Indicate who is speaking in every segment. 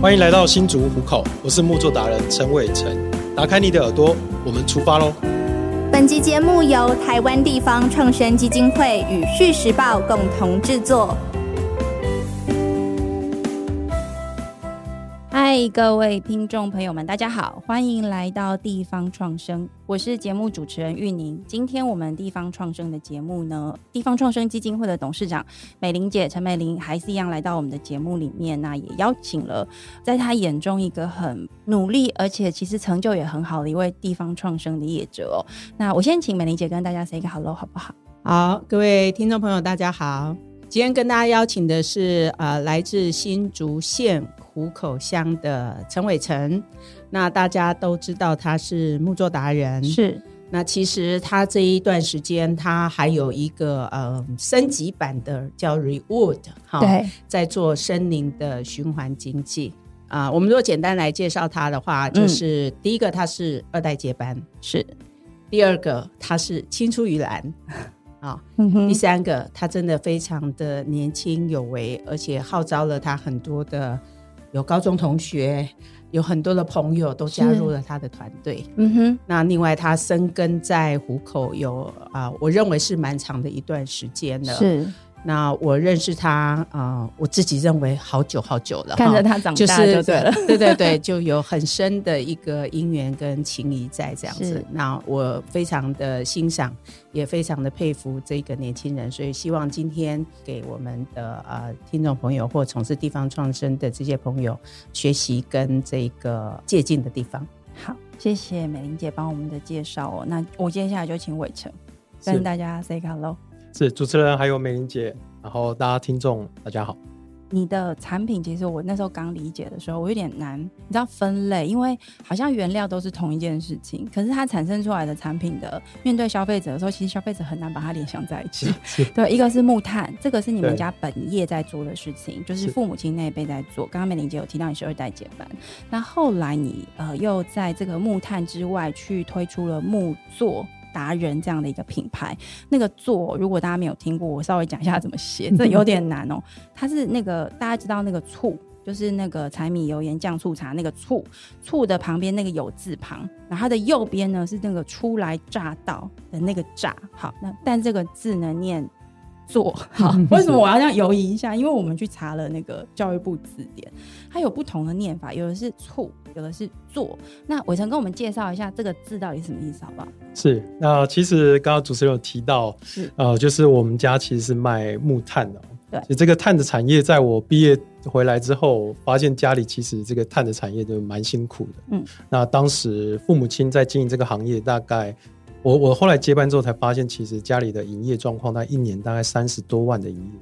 Speaker 1: 欢迎来到新竹虎口，我是木作达人陈伟成。打开你的耳朵，我们出发喽！
Speaker 2: 本集节目由台湾地方创生基金会与《续时报》共同制作。嗨，各位听众朋友们，大家好，欢迎来到地方创生，我是节目主持人玉宁。今天我们地方创生的节目呢，地方创生基金会的董事长美玲姐陈美玲还是一样来到我们的节目里面那也邀请了在她眼中一个很努力，而且其实成就也很好的一位地方创生的业者哦。那我先请美玲姐跟大家 say 一个 hello 好不好？
Speaker 3: 好，各位听众朋友，大家好。今天跟大家邀请的是呃，来自新竹县湖口乡的陈伟成。那大家都知道他是木作达人，。
Speaker 2: 是
Speaker 3: 那其实他这一段时间，他还有一个呃升级版的叫 Rewood 哈，
Speaker 2: 对
Speaker 3: 在做森林的循环经济。啊、我们如果简单来介绍他的话，
Speaker 2: 嗯
Speaker 3: 就是、第一个他是二代接班，
Speaker 2: 是，
Speaker 3: 第二个他是青出于蓝， 啊、
Speaker 2: 嗯
Speaker 3: 第
Speaker 2: 哼，
Speaker 3: 三个，他真的非常的年轻有为，而且号召了他很多的有高中同学，有很多的朋友都加入了他的团队。
Speaker 2: 嗯哼，
Speaker 3: 那另外，他深耕在虎口有啊、我认为是蛮长的一段时间了。，
Speaker 2: 是
Speaker 3: 那我认识他啊、我自己认为好久好久了哈，
Speaker 2: 看着他长
Speaker 3: 就
Speaker 2: 大
Speaker 3: 是
Speaker 2: 就对了，，
Speaker 3: 对对对，就有很深的一个姻缘跟情谊在这样子
Speaker 2: 是。
Speaker 3: 那我非常的欣赏，也非常的佩服这个年轻人，所以希望今天给我们的呃听众朋友或从事地方创生的这些朋友学习跟这个借鉴的地方。
Speaker 2: 好，谢谢美玲姐帮我们的介绍哦。那我接下来就请伟成
Speaker 1: 是
Speaker 2: 跟大家 say 个 hello。
Speaker 1: 是主持人还有美玲姐，然后大家听众大家好。
Speaker 2: 你的产品其实我那时候刚理解的时候，我有点难，你知道分类，因为好像原料都是同一件事情，可是它产生出来的产品的面对消费者的时候，其实消费者很难把它联想在一起。对，一个是木炭，这个是你们
Speaker 1: 对
Speaker 2: 家本业在做的事情，就是
Speaker 1: 是
Speaker 2: 父母亲那一辈在做。刚刚美玲姐有提到你是二代接班，那后来你呃又在这个木炭之外去推出了木作。达人这样的一个品牌，那个作如果大家没有听过，我稍微讲一下怎么写，这有点难哦。它是那个大家知道那个醋，就是那个柴米油盐酱醋茶那个醋，醋的旁边那个有字旁，然后它的右边呢是那个初来乍到的那个乍。好，那但这个字呢念做 好，为什么我要这样犹疑一下？因为我们去查了那个教育部字典，它有不同的念法，有的是醋，有的是做。那伟成跟我们介绍一下这个字到底什么意思，好不好？
Speaker 1: 是，那其实刚刚主持人有提到，
Speaker 2: 是
Speaker 1: 呃，就是我们家其实是卖木炭的哦。
Speaker 2: 对
Speaker 1: 其实这个炭的产业，在我毕业回来之后，发现家里其实这个炭的产业就蛮辛苦的。
Speaker 2: 嗯，
Speaker 1: 那当时父母亲在经营这个行业，大概我我后来接班之后才发现，其实家里的营业状况，大概一年大概三十多万的营业。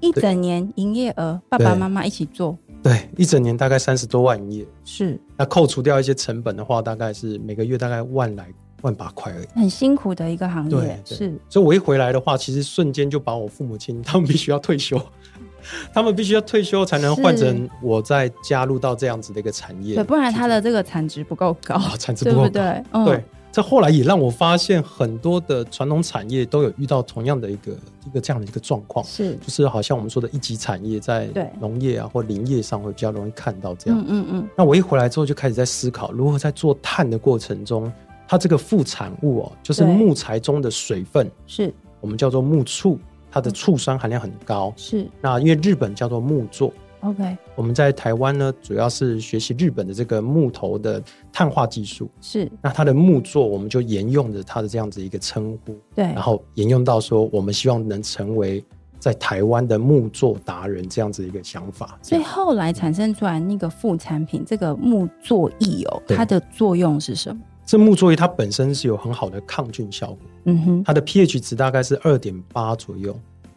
Speaker 2: 一整年营业额，爸爸妈妈一起做，
Speaker 1: 对，一整年大概三十多万营业，
Speaker 2: 是
Speaker 1: 那扣除掉一些成本的话，大概是每个月大概万来万把块而已。
Speaker 2: 很辛苦的一个行
Speaker 1: 对
Speaker 2: 业，
Speaker 1: 对
Speaker 2: 是
Speaker 1: 所以我一回来的话，其实瞬间就把我父母亲他们必须要退休， 他们必须要退休才能换成我再加入到这样子的一个产业，
Speaker 2: 对，不然它的这个产值不够 高，
Speaker 1: 啊产值
Speaker 2: 对
Speaker 1: 不够
Speaker 2: 不
Speaker 1: 高。
Speaker 2: 对？嗯
Speaker 1: 对，这后来也让我发现很多的传统产业都有遇到同样的一个一个这样的一个状况，
Speaker 2: 是，
Speaker 1: 就是好像我们说的一级产业在
Speaker 2: 对
Speaker 1: 农业啊或林业上会比较容易看到这样。
Speaker 2: 嗯嗯嗯，
Speaker 1: 那我一回来之后就开始在思考，如何在做碳的过程中，它这个副产物哦，就是
Speaker 2: 对
Speaker 1: 木材中的水分，
Speaker 2: 是
Speaker 1: 我们叫做木醋，它
Speaker 2: 嗯
Speaker 1: 的醋酸含量很高。
Speaker 2: 是
Speaker 1: 那因为日本叫做木作，
Speaker 2: ，OK，
Speaker 1: 我们在台湾呢，主要是学习日本的这个木头的碳化技术。
Speaker 2: 是
Speaker 1: 那它的木作，我们就沿用着它的这样子一个称呼，
Speaker 2: 对
Speaker 1: 然，后沿用到说，我们希望能成为在台湾的木作达人这样子一个想法。这
Speaker 2: 所以
Speaker 1: 样
Speaker 2: 后来产生出来那个副产品，这个木作液哦，
Speaker 1: 对
Speaker 2: 它的作用是什么？
Speaker 1: 这木作业它本身是有很好的抗菌效果，
Speaker 2: 嗯哼，
Speaker 1: 它的 pH 值大概是二点八左右，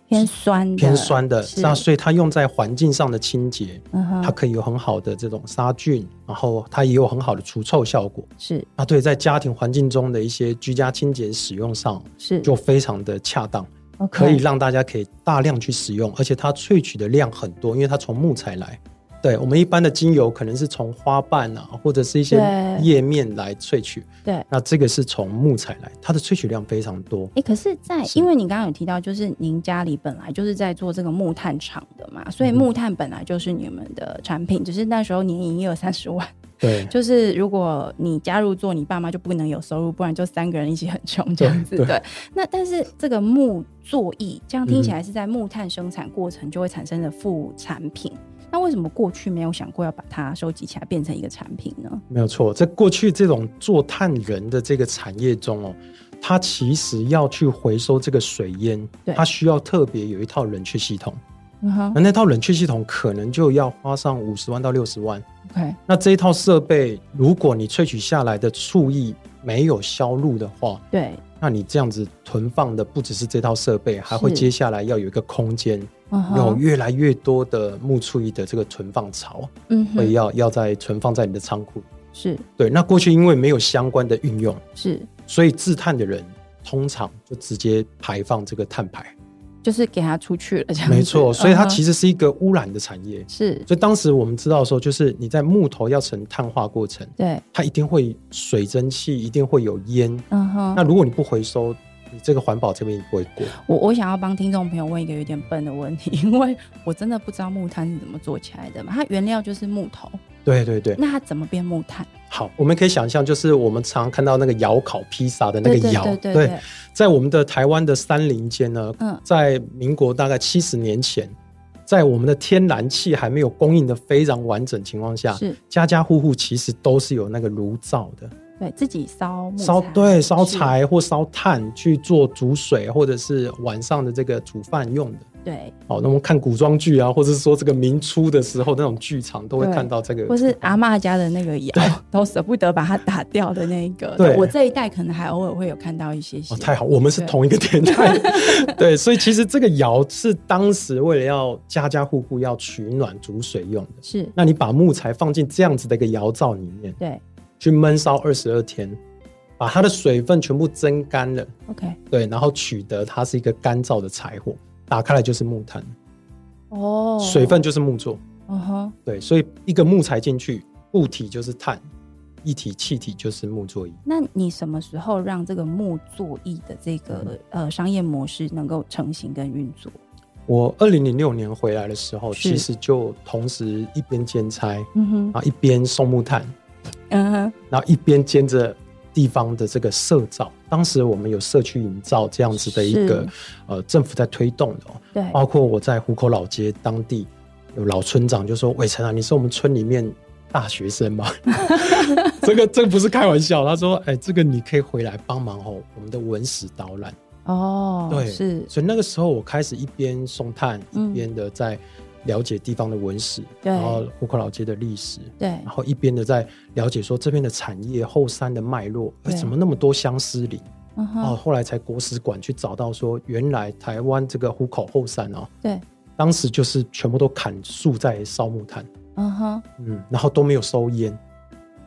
Speaker 2: 偏酸的，
Speaker 1: 偏酸的。
Speaker 2: 是
Speaker 1: 那所以它用在环境上的清洁，
Speaker 2: 嗯哼，
Speaker 1: 它可以有很好的这种杀菌，然后它也有很好的除臭效果。
Speaker 2: 是
Speaker 1: 啊，对，在家庭环境中的一些居家清洁使用上，
Speaker 2: 是
Speaker 1: 就非常的恰当，
Speaker 2: OK
Speaker 1: 可以让大家可以大量去使用，而且它萃取的量很多，因为它从木材来，对我们一般的精油可能是从花瓣啊，或者是一些
Speaker 2: 对
Speaker 1: 叶面来萃取，
Speaker 2: 对。
Speaker 1: 那这个是从木材来，它的萃取量非常多。
Speaker 2: 哎、可是在，
Speaker 1: 是
Speaker 2: 因为你刚刚有提到，就是您家里本来就是在做这个木炭厂的嘛，所
Speaker 1: 嗯
Speaker 2: 以木炭本来就是你们的产品，只是那时候年营业额三十万，
Speaker 1: 对，
Speaker 2: 就是如果你加入做，你爸妈就不能有收入，不然就三个人一起很穷这样子。
Speaker 1: 对
Speaker 2: 对，
Speaker 1: 对
Speaker 2: 那但是这个木作艺，这样听起
Speaker 1: 嗯
Speaker 2: 来是在木炭生产过程就会产生的副产品。那为什么过去没有想过要把它收集起来变成一个产品呢？
Speaker 1: 没有错，在过去这种做炭人的这个产业中哦，它其实要去回收这个水烟
Speaker 2: 对，
Speaker 1: 它需要特别有一套冷却系统。
Speaker 2: 嗯哼
Speaker 1: 那那套冷却系统可能就要花上五十万到六十万。
Speaker 2: ，OK，
Speaker 1: 那这一套设备，如果你萃取下来的醋液没有销路的话，
Speaker 2: 对，
Speaker 1: 那你这样子囤放的不只是这套设备，还会
Speaker 2: 是
Speaker 1: 接下来要有一个空间，
Speaker 2: 嗯
Speaker 1: 有
Speaker 2: 哼，
Speaker 1: 越来越多的木醋液的这个存放槽，
Speaker 2: 嗯
Speaker 1: 会
Speaker 2: 哼，
Speaker 1: 要要在存放在你的仓库。
Speaker 2: 是
Speaker 1: 对，那过去因为没有相关的运用，
Speaker 2: 是，
Speaker 1: 所以制碳的人通常就直接排放这个碳排。
Speaker 2: 就是给它出去了这样子。
Speaker 1: 没错，所以它其
Speaker 2: 实
Speaker 1: 实是一个污染的产业。
Speaker 2: 是
Speaker 1: 所以当时我们知道的时候，就是你在木头要成碳化过程，
Speaker 2: 对，
Speaker 1: 它一定会水蒸气，一定会有烟。
Speaker 2: 嗯哼。
Speaker 1: 那如果你不回收，你这个环保这边也不会过。
Speaker 2: 我我想要帮听众朋友问一个有点笨的问题，因为我真的不知道木炭是怎么做起来的嘛。它原料就是木头，
Speaker 1: 对对对，
Speaker 2: 那它怎么变木炭？
Speaker 1: 好，我们可以想象，就是我们常看到那个窑烤披萨的那个
Speaker 2: 对
Speaker 1: 窑，
Speaker 2: 对对对对，
Speaker 1: 在我们的台湾的山林间呢，
Speaker 2: 嗯
Speaker 1: 在民国大概七十年前，在我们的天然气还没有供应的非常完整情况下，
Speaker 2: 是
Speaker 1: 家家户户其实都是有那个炉灶的，
Speaker 2: 对自己烧木
Speaker 1: 烧
Speaker 2: 材
Speaker 1: 对烧
Speaker 2: 是
Speaker 1: 柴或烧炭去做煮水，或者是晚上的这个煮饭用的。
Speaker 2: 对，
Speaker 1: 哦，那我们看古装剧啊，或者是说这个民初的时候那种剧场都会
Speaker 2: 对
Speaker 1: 看到这个，
Speaker 2: 或是阿嬷家的那个窑， 都舍不得把它打掉的那一个。
Speaker 1: 对
Speaker 2: 我这一代可能还偶尔会有看到一些些。
Speaker 1: 哦，太好，我们是
Speaker 2: 对
Speaker 1: 同一个年 代，对，所以其实这个窑是当时为了要家家户户要取暖煮水用的。
Speaker 2: 是，
Speaker 1: 那你把木材放进这样子的一个窑灶里面
Speaker 2: 对
Speaker 1: 去闷烧二十二天，把它的水分全部蒸干了，
Speaker 2: ，OK，
Speaker 1: 对，然后取得它是一个干燥的柴火，打开来就是木炭，
Speaker 2: 哦，
Speaker 1: 水分，就是木做，
Speaker 2: 嗯哼，
Speaker 1: 对，所以一个木材进去，固体就是碳，一体气体就是木作业。
Speaker 2: 那你什么时候让这个木作艺的这个
Speaker 1: 嗯
Speaker 2: 呃商业模式能够成型跟运作？
Speaker 1: 我二零零六年回来的时候，
Speaker 2: 是
Speaker 1: 其实就同时一边兼差。
Speaker 2: 嗯哼，
Speaker 1: 啊，一边送木炭，
Speaker 2: 嗯哼，
Speaker 1: 然后一边兼着地方的这个社造。当时我们有社区营造这样子的一个
Speaker 2: 是
Speaker 1: 呃政府在推动的、哦，
Speaker 2: 对，
Speaker 1: 包括我在虎口老街当地有老村长就说：“伟成啊，你是我们村里面大学生吗？” 这个这个不是开玩笑，他说：“哎，这个你可以回来帮忙哦，我们的文史导览。
Speaker 2: 哦，
Speaker 1: 对
Speaker 2: 是”，
Speaker 1: 所以那个时候我开始一边送炭，
Speaker 2: 嗯
Speaker 1: 一边的在了解地方的文史，
Speaker 2: 对
Speaker 1: 然后虎口老街的历史，
Speaker 2: 对
Speaker 1: 然，后一边的在了解说这边的产业后山的脉络，哎
Speaker 2: 对
Speaker 1: 怎么那么多相思林？
Speaker 2: 嗯
Speaker 1: 哦，
Speaker 2: 哼，
Speaker 1: 后来才国史馆去找到说，原来台湾这个虎口后山哦，
Speaker 2: 对，
Speaker 1: 当时就是全部都砍树在烧木炭，
Speaker 2: 嗯哼，
Speaker 1: 嗯，然后都没有收烟，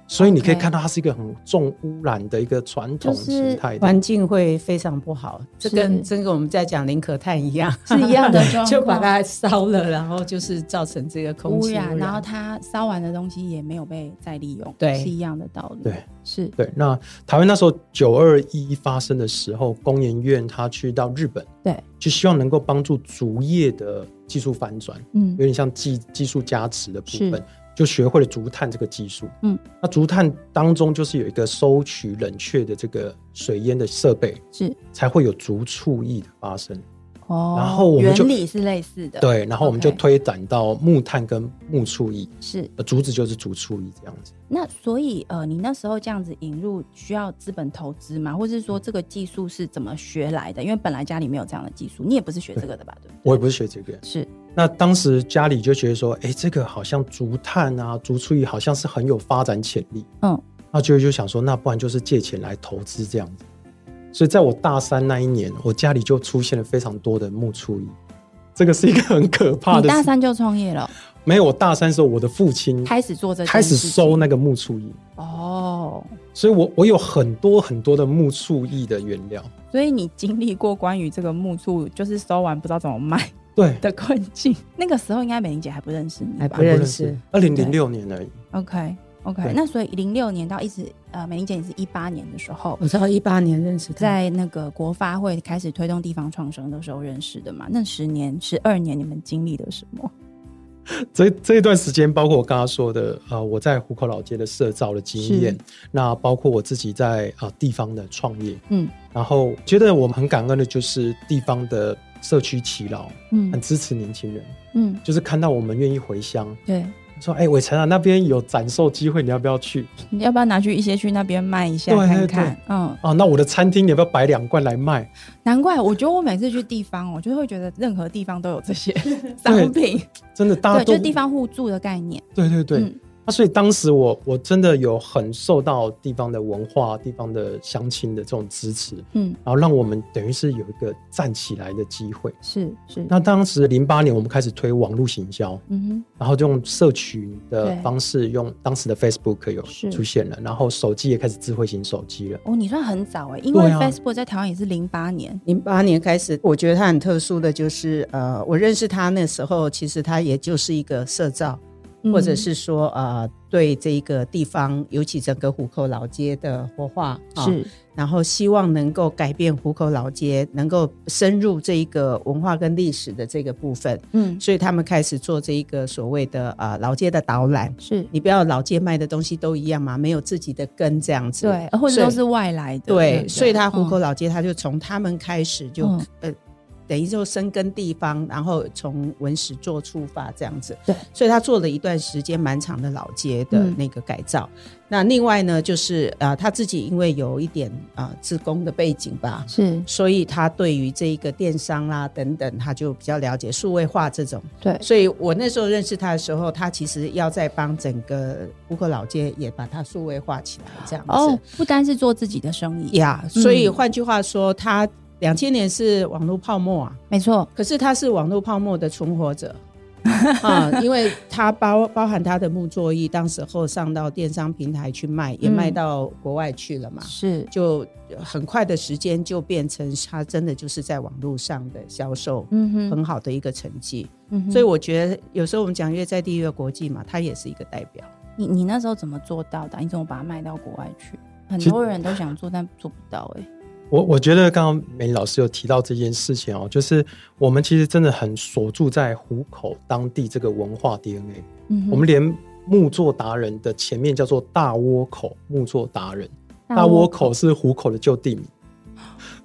Speaker 1: 所以你可以
Speaker 2: OK
Speaker 1: 看到它是一个很重污染的一个传统形态的。
Speaker 3: 环境会非常不好，这
Speaker 2: 是
Speaker 3: 跟这跟我们在讲林可炭一样，
Speaker 2: 是一 样的状况
Speaker 3: 就把它烧了，然后就是造成这个空
Speaker 2: 污
Speaker 3: 气
Speaker 2: 染，
Speaker 3: 污
Speaker 2: 然后
Speaker 3: 染。
Speaker 2: 它烧完的东西也没有被再利用，
Speaker 3: 对
Speaker 2: 是一样的道理，
Speaker 1: 对，
Speaker 2: 是，
Speaker 1: 对，那台湾那时候九二一发生的时候，工研院他去到日本，
Speaker 2: 对，
Speaker 1: 就希望能够帮助竹业的技术反转。
Speaker 2: 嗯
Speaker 1: 有，点像技技术加持的部
Speaker 2: 是
Speaker 1: 分，就学会了竹炭这个技术。
Speaker 2: 嗯，
Speaker 1: 那竹炭当中就是有一个收取冷却的这个水烟的设备，
Speaker 2: 是，
Speaker 1: 才会有竹醋液的发生。
Speaker 2: 哦，
Speaker 1: 然后我们
Speaker 2: 原
Speaker 1: 就
Speaker 2: 理是类似的，，
Speaker 1: 对，然后我们就
Speaker 2: OK
Speaker 1: 推展到木炭跟木醋液，
Speaker 2: 是。
Speaker 1: 呃竹子就是竹醋液这样子。
Speaker 2: 那所以呃，你那时候这样子引入需要资本投资吗？或是说这个技术是怎么学来的？因为本来家里没有这样的技术，你也不是学这个的吧？对不对？
Speaker 1: 我也不是学这个，
Speaker 2: 是，
Speaker 1: 那当时家里就觉得说，哎、这个好像竹炭啊、竹醋液好像是很有发展潜力。
Speaker 2: 嗯，
Speaker 1: 那舅舅就想说，那不然就是借钱来投资这样子。所以在我大三那一年，我家里就出现了非常多的木醋液，这个是一个很可怕
Speaker 2: 你
Speaker 1: 的
Speaker 2: 大
Speaker 1: 事。
Speaker 2: 三就创业了，
Speaker 1: 没有，我大三的时候，我的父亲
Speaker 2: 开始做这件
Speaker 1: 开始
Speaker 2: 事情
Speaker 1: 收那个木醋液，
Speaker 2: 哦，
Speaker 1: 所以我我有很多很多的木醋液的原料。
Speaker 2: 所以你经历过关于这个木醋，就是收完不知道怎么卖，
Speaker 1: 对，
Speaker 2: 的困境。那个时候应该美玲姐还不认识你
Speaker 3: 还
Speaker 2: 吧
Speaker 3: 不认识，
Speaker 1: 二零零六年而已。
Speaker 2: ？OK OK，
Speaker 1: 对
Speaker 2: 那所以零六年到一直呃，美玲姐你是一八年的时
Speaker 1: 嗯
Speaker 2: 候。
Speaker 3: 我知道一八年认识他，
Speaker 2: 在那个国发会开始推动地方创生的时候认识的嘛？那十年、十二年，你们经历了什么？
Speaker 1: 这这一段时间，包括我刚刚说的，呃，我在虎口老街的社造的经验
Speaker 2: 是，
Speaker 1: 那包括我自己在啊、呃地方的创业，
Speaker 2: 嗯
Speaker 1: 然后觉得我们很感恩的就是地方的社区耆老很
Speaker 2: 嗯
Speaker 1: 支持年轻人，
Speaker 2: 嗯，
Speaker 1: 就是看到我们愿意回乡，
Speaker 2: 对，
Speaker 1: 说哎，伟成啊，那边有展售机会，你要不要去？
Speaker 2: 你要不要拿去一些去那边卖一下
Speaker 1: 对
Speaker 2: 看
Speaker 1: 对
Speaker 2: 看？嗯，
Speaker 1: 啊，那我的餐厅你要不要摆两罐来卖？
Speaker 2: 难怪我觉得我每次去地方，我就会觉得任何地方都有 这些商品，
Speaker 1: 真的，大家
Speaker 2: 对，
Speaker 1: 都
Speaker 2: 就是地方互助的概念。
Speaker 1: 对对对。
Speaker 2: 嗯
Speaker 1: 那所以当时我我真的有很受到地方的文化、地方的乡亲的这种支持，
Speaker 2: 嗯，
Speaker 1: 然后让我们等于是有一个站起来的机会。
Speaker 2: 是是，
Speaker 1: 那当时零八年我们开始推网络行销，
Speaker 2: 嗯
Speaker 1: 然后就用社群的
Speaker 2: 对
Speaker 1: 方式，用当时的 Facebook 有
Speaker 2: 是
Speaker 1: 出现了，然后手机也开始智慧型手机了。
Speaker 2: 哼，哦，你算很早哎，因为
Speaker 1: 对啊
Speaker 2: Facebook 在台湾也是零八年，
Speaker 3: 零八年开始，我觉得他很特殊的就是，呃，我认识他那时候，其实他也就是一个社造，
Speaker 2: 嗯
Speaker 3: 或者是说，呃，对这一个地方，尤其整个虎口老街的活化，啊
Speaker 2: 是
Speaker 3: 然后希望能够改变虎口老街，能够深入这一个文化跟历史的这个部分，
Speaker 2: 嗯
Speaker 3: 所以他们开始做这一个所谓的呃老街的导览。
Speaker 2: 是，
Speaker 3: 你不要老街卖的东西都一样嘛，没有自己的根这样子。
Speaker 2: 对，呃或者
Speaker 3: 所以
Speaker 2: 都是外来的，
Speaker 3: 对，
Speaker 2: 不
Speaker 3: 所以他虎口
Speaker 2: 嗯
Speaker 3: 老街，他就从他们开始就、
Speaker 2: 嗯
Speaker 3: 呃，等于就深耕地方，然后从文史做出发这样子。
Speaker 2: 对，
Speaker 3: 所以他做了一段时间蛮长的老街的
Speaker 2: 嗯
Speaker 3: 那个改造。那另外呢，就是啊、呃他自己因为有一点啊、呃自工的背景吧。
Speaker 2: 是
Speaker 3: 所以他对于这一个电商啦、等等，他就比较了解数位化这种。
Speaker 2: 对
Speaker 3: 所以我那时候认识他的时候，他其实要在帮整个虎口老街也把它数位化起来，这样子。
Speaker 2: 哦，不单是做自己的生意，
Speaker 3: 呀所以
Speaker 2: 嗯
Speaker 3: 换句话说，他两千年是网络泡沫啊，
Speaker 2: 没错，
Speaker 3: 可是他是网络泡沫的存活 者啊，因为他包包含他的木作艺，当时候上到电商平台去卖，也
Speaker 2: 嗯
Speaker 3: 卖到国外去了嘛。
Speaker 2: 是
Speaker 3: 就很快的时间就变成他真的就是在网络上的销售
Speaker 2: 嗯哼，
Speaker 3: 很好的一个成绩，
Speaker 2: 嗯哼
Speaker 3: 所以我觉得有时候我们讲越在地越国际嘛，他也是一个代表。
Speaker 2: 你你那时候怎么做到的？你怎么把它卖到国外去？很
Speaker 1: 其实
Speaker 2: 多人都想做，但做不到哎、
Speaker 1: 我我觉得刚刚美玲老师有提到这件事情哦，就是我们其实真的很锁住在虎口当地这个文化 DNA，、
Speaker 2: 嗯哼，
Speaker 1: 我们连木作达人的前面叫做大窝口木作达人，大
Speaker 2: 窝
Speaker 1: 窝口，是虎口的旧地名。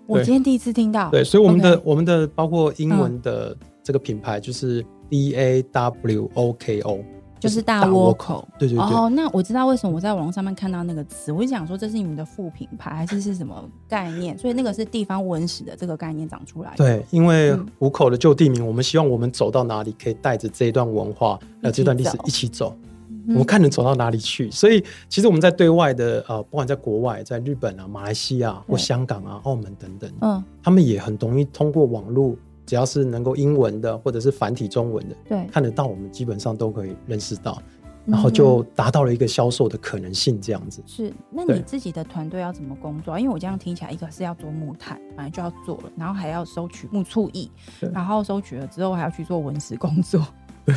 Speaker 2: 我
Speaker 1: 对
Speaker 2: 今天第一次听到。
Speaker 1: 对，所以我们的
Speaker 2: OK 嗯
Speaker 1: 我们的包括英文的这个品牌就是 D A W O K O，
Speaker 2: 就是大窝。口。
Speaker 1: 对对对，
Speaker 2: 哦，那我知道为什么我在网络上面看到那个词，我就想说这是你们的副品牌还是是什么概念？所以那个是地方文史的这个概念长出来的。
Speaker 1: 对，因为
Speaker 2: 嗯
Speaker 1: 虎口的旧地名，我们希望我们走到哪里，可以带着这一段文化，呃，
Speaker 2: 一起
Speaker 1: 这段历史
Speaker 2: 走
Speaker 1: 一起走。
Speaker 2: 嗯
Speaker 1: 我们看能走到哪里去。所以，其实我们在对外的呃，不管在国外，在日本啊、马来西亚
Speaker 2: 对
Speaker 1: 或香港啊、澳门等等，
Speaker 2: 嗯，
Speaker 1: 他们也很容易通过网络，只要是能够英文的或者是繁体中文的，
Speaker 2: 对，
Speaker 1: 看得到，我们基本上都可以认识到，
Speaker 2: 嗯
Speaker 1: 然后就达到了一个销售的可能性，这样子。
Speaker 2: 是，那
Speaker 1: 对
Speaker 2: 你自己的团队要怎么工作啊？因为我这样听起来，一个是要做木炭，本来就要做了，然后还要收取木畜艺
Speaker 1: 对，
Speaker 2: 然后收取了之后还要去做文史工作、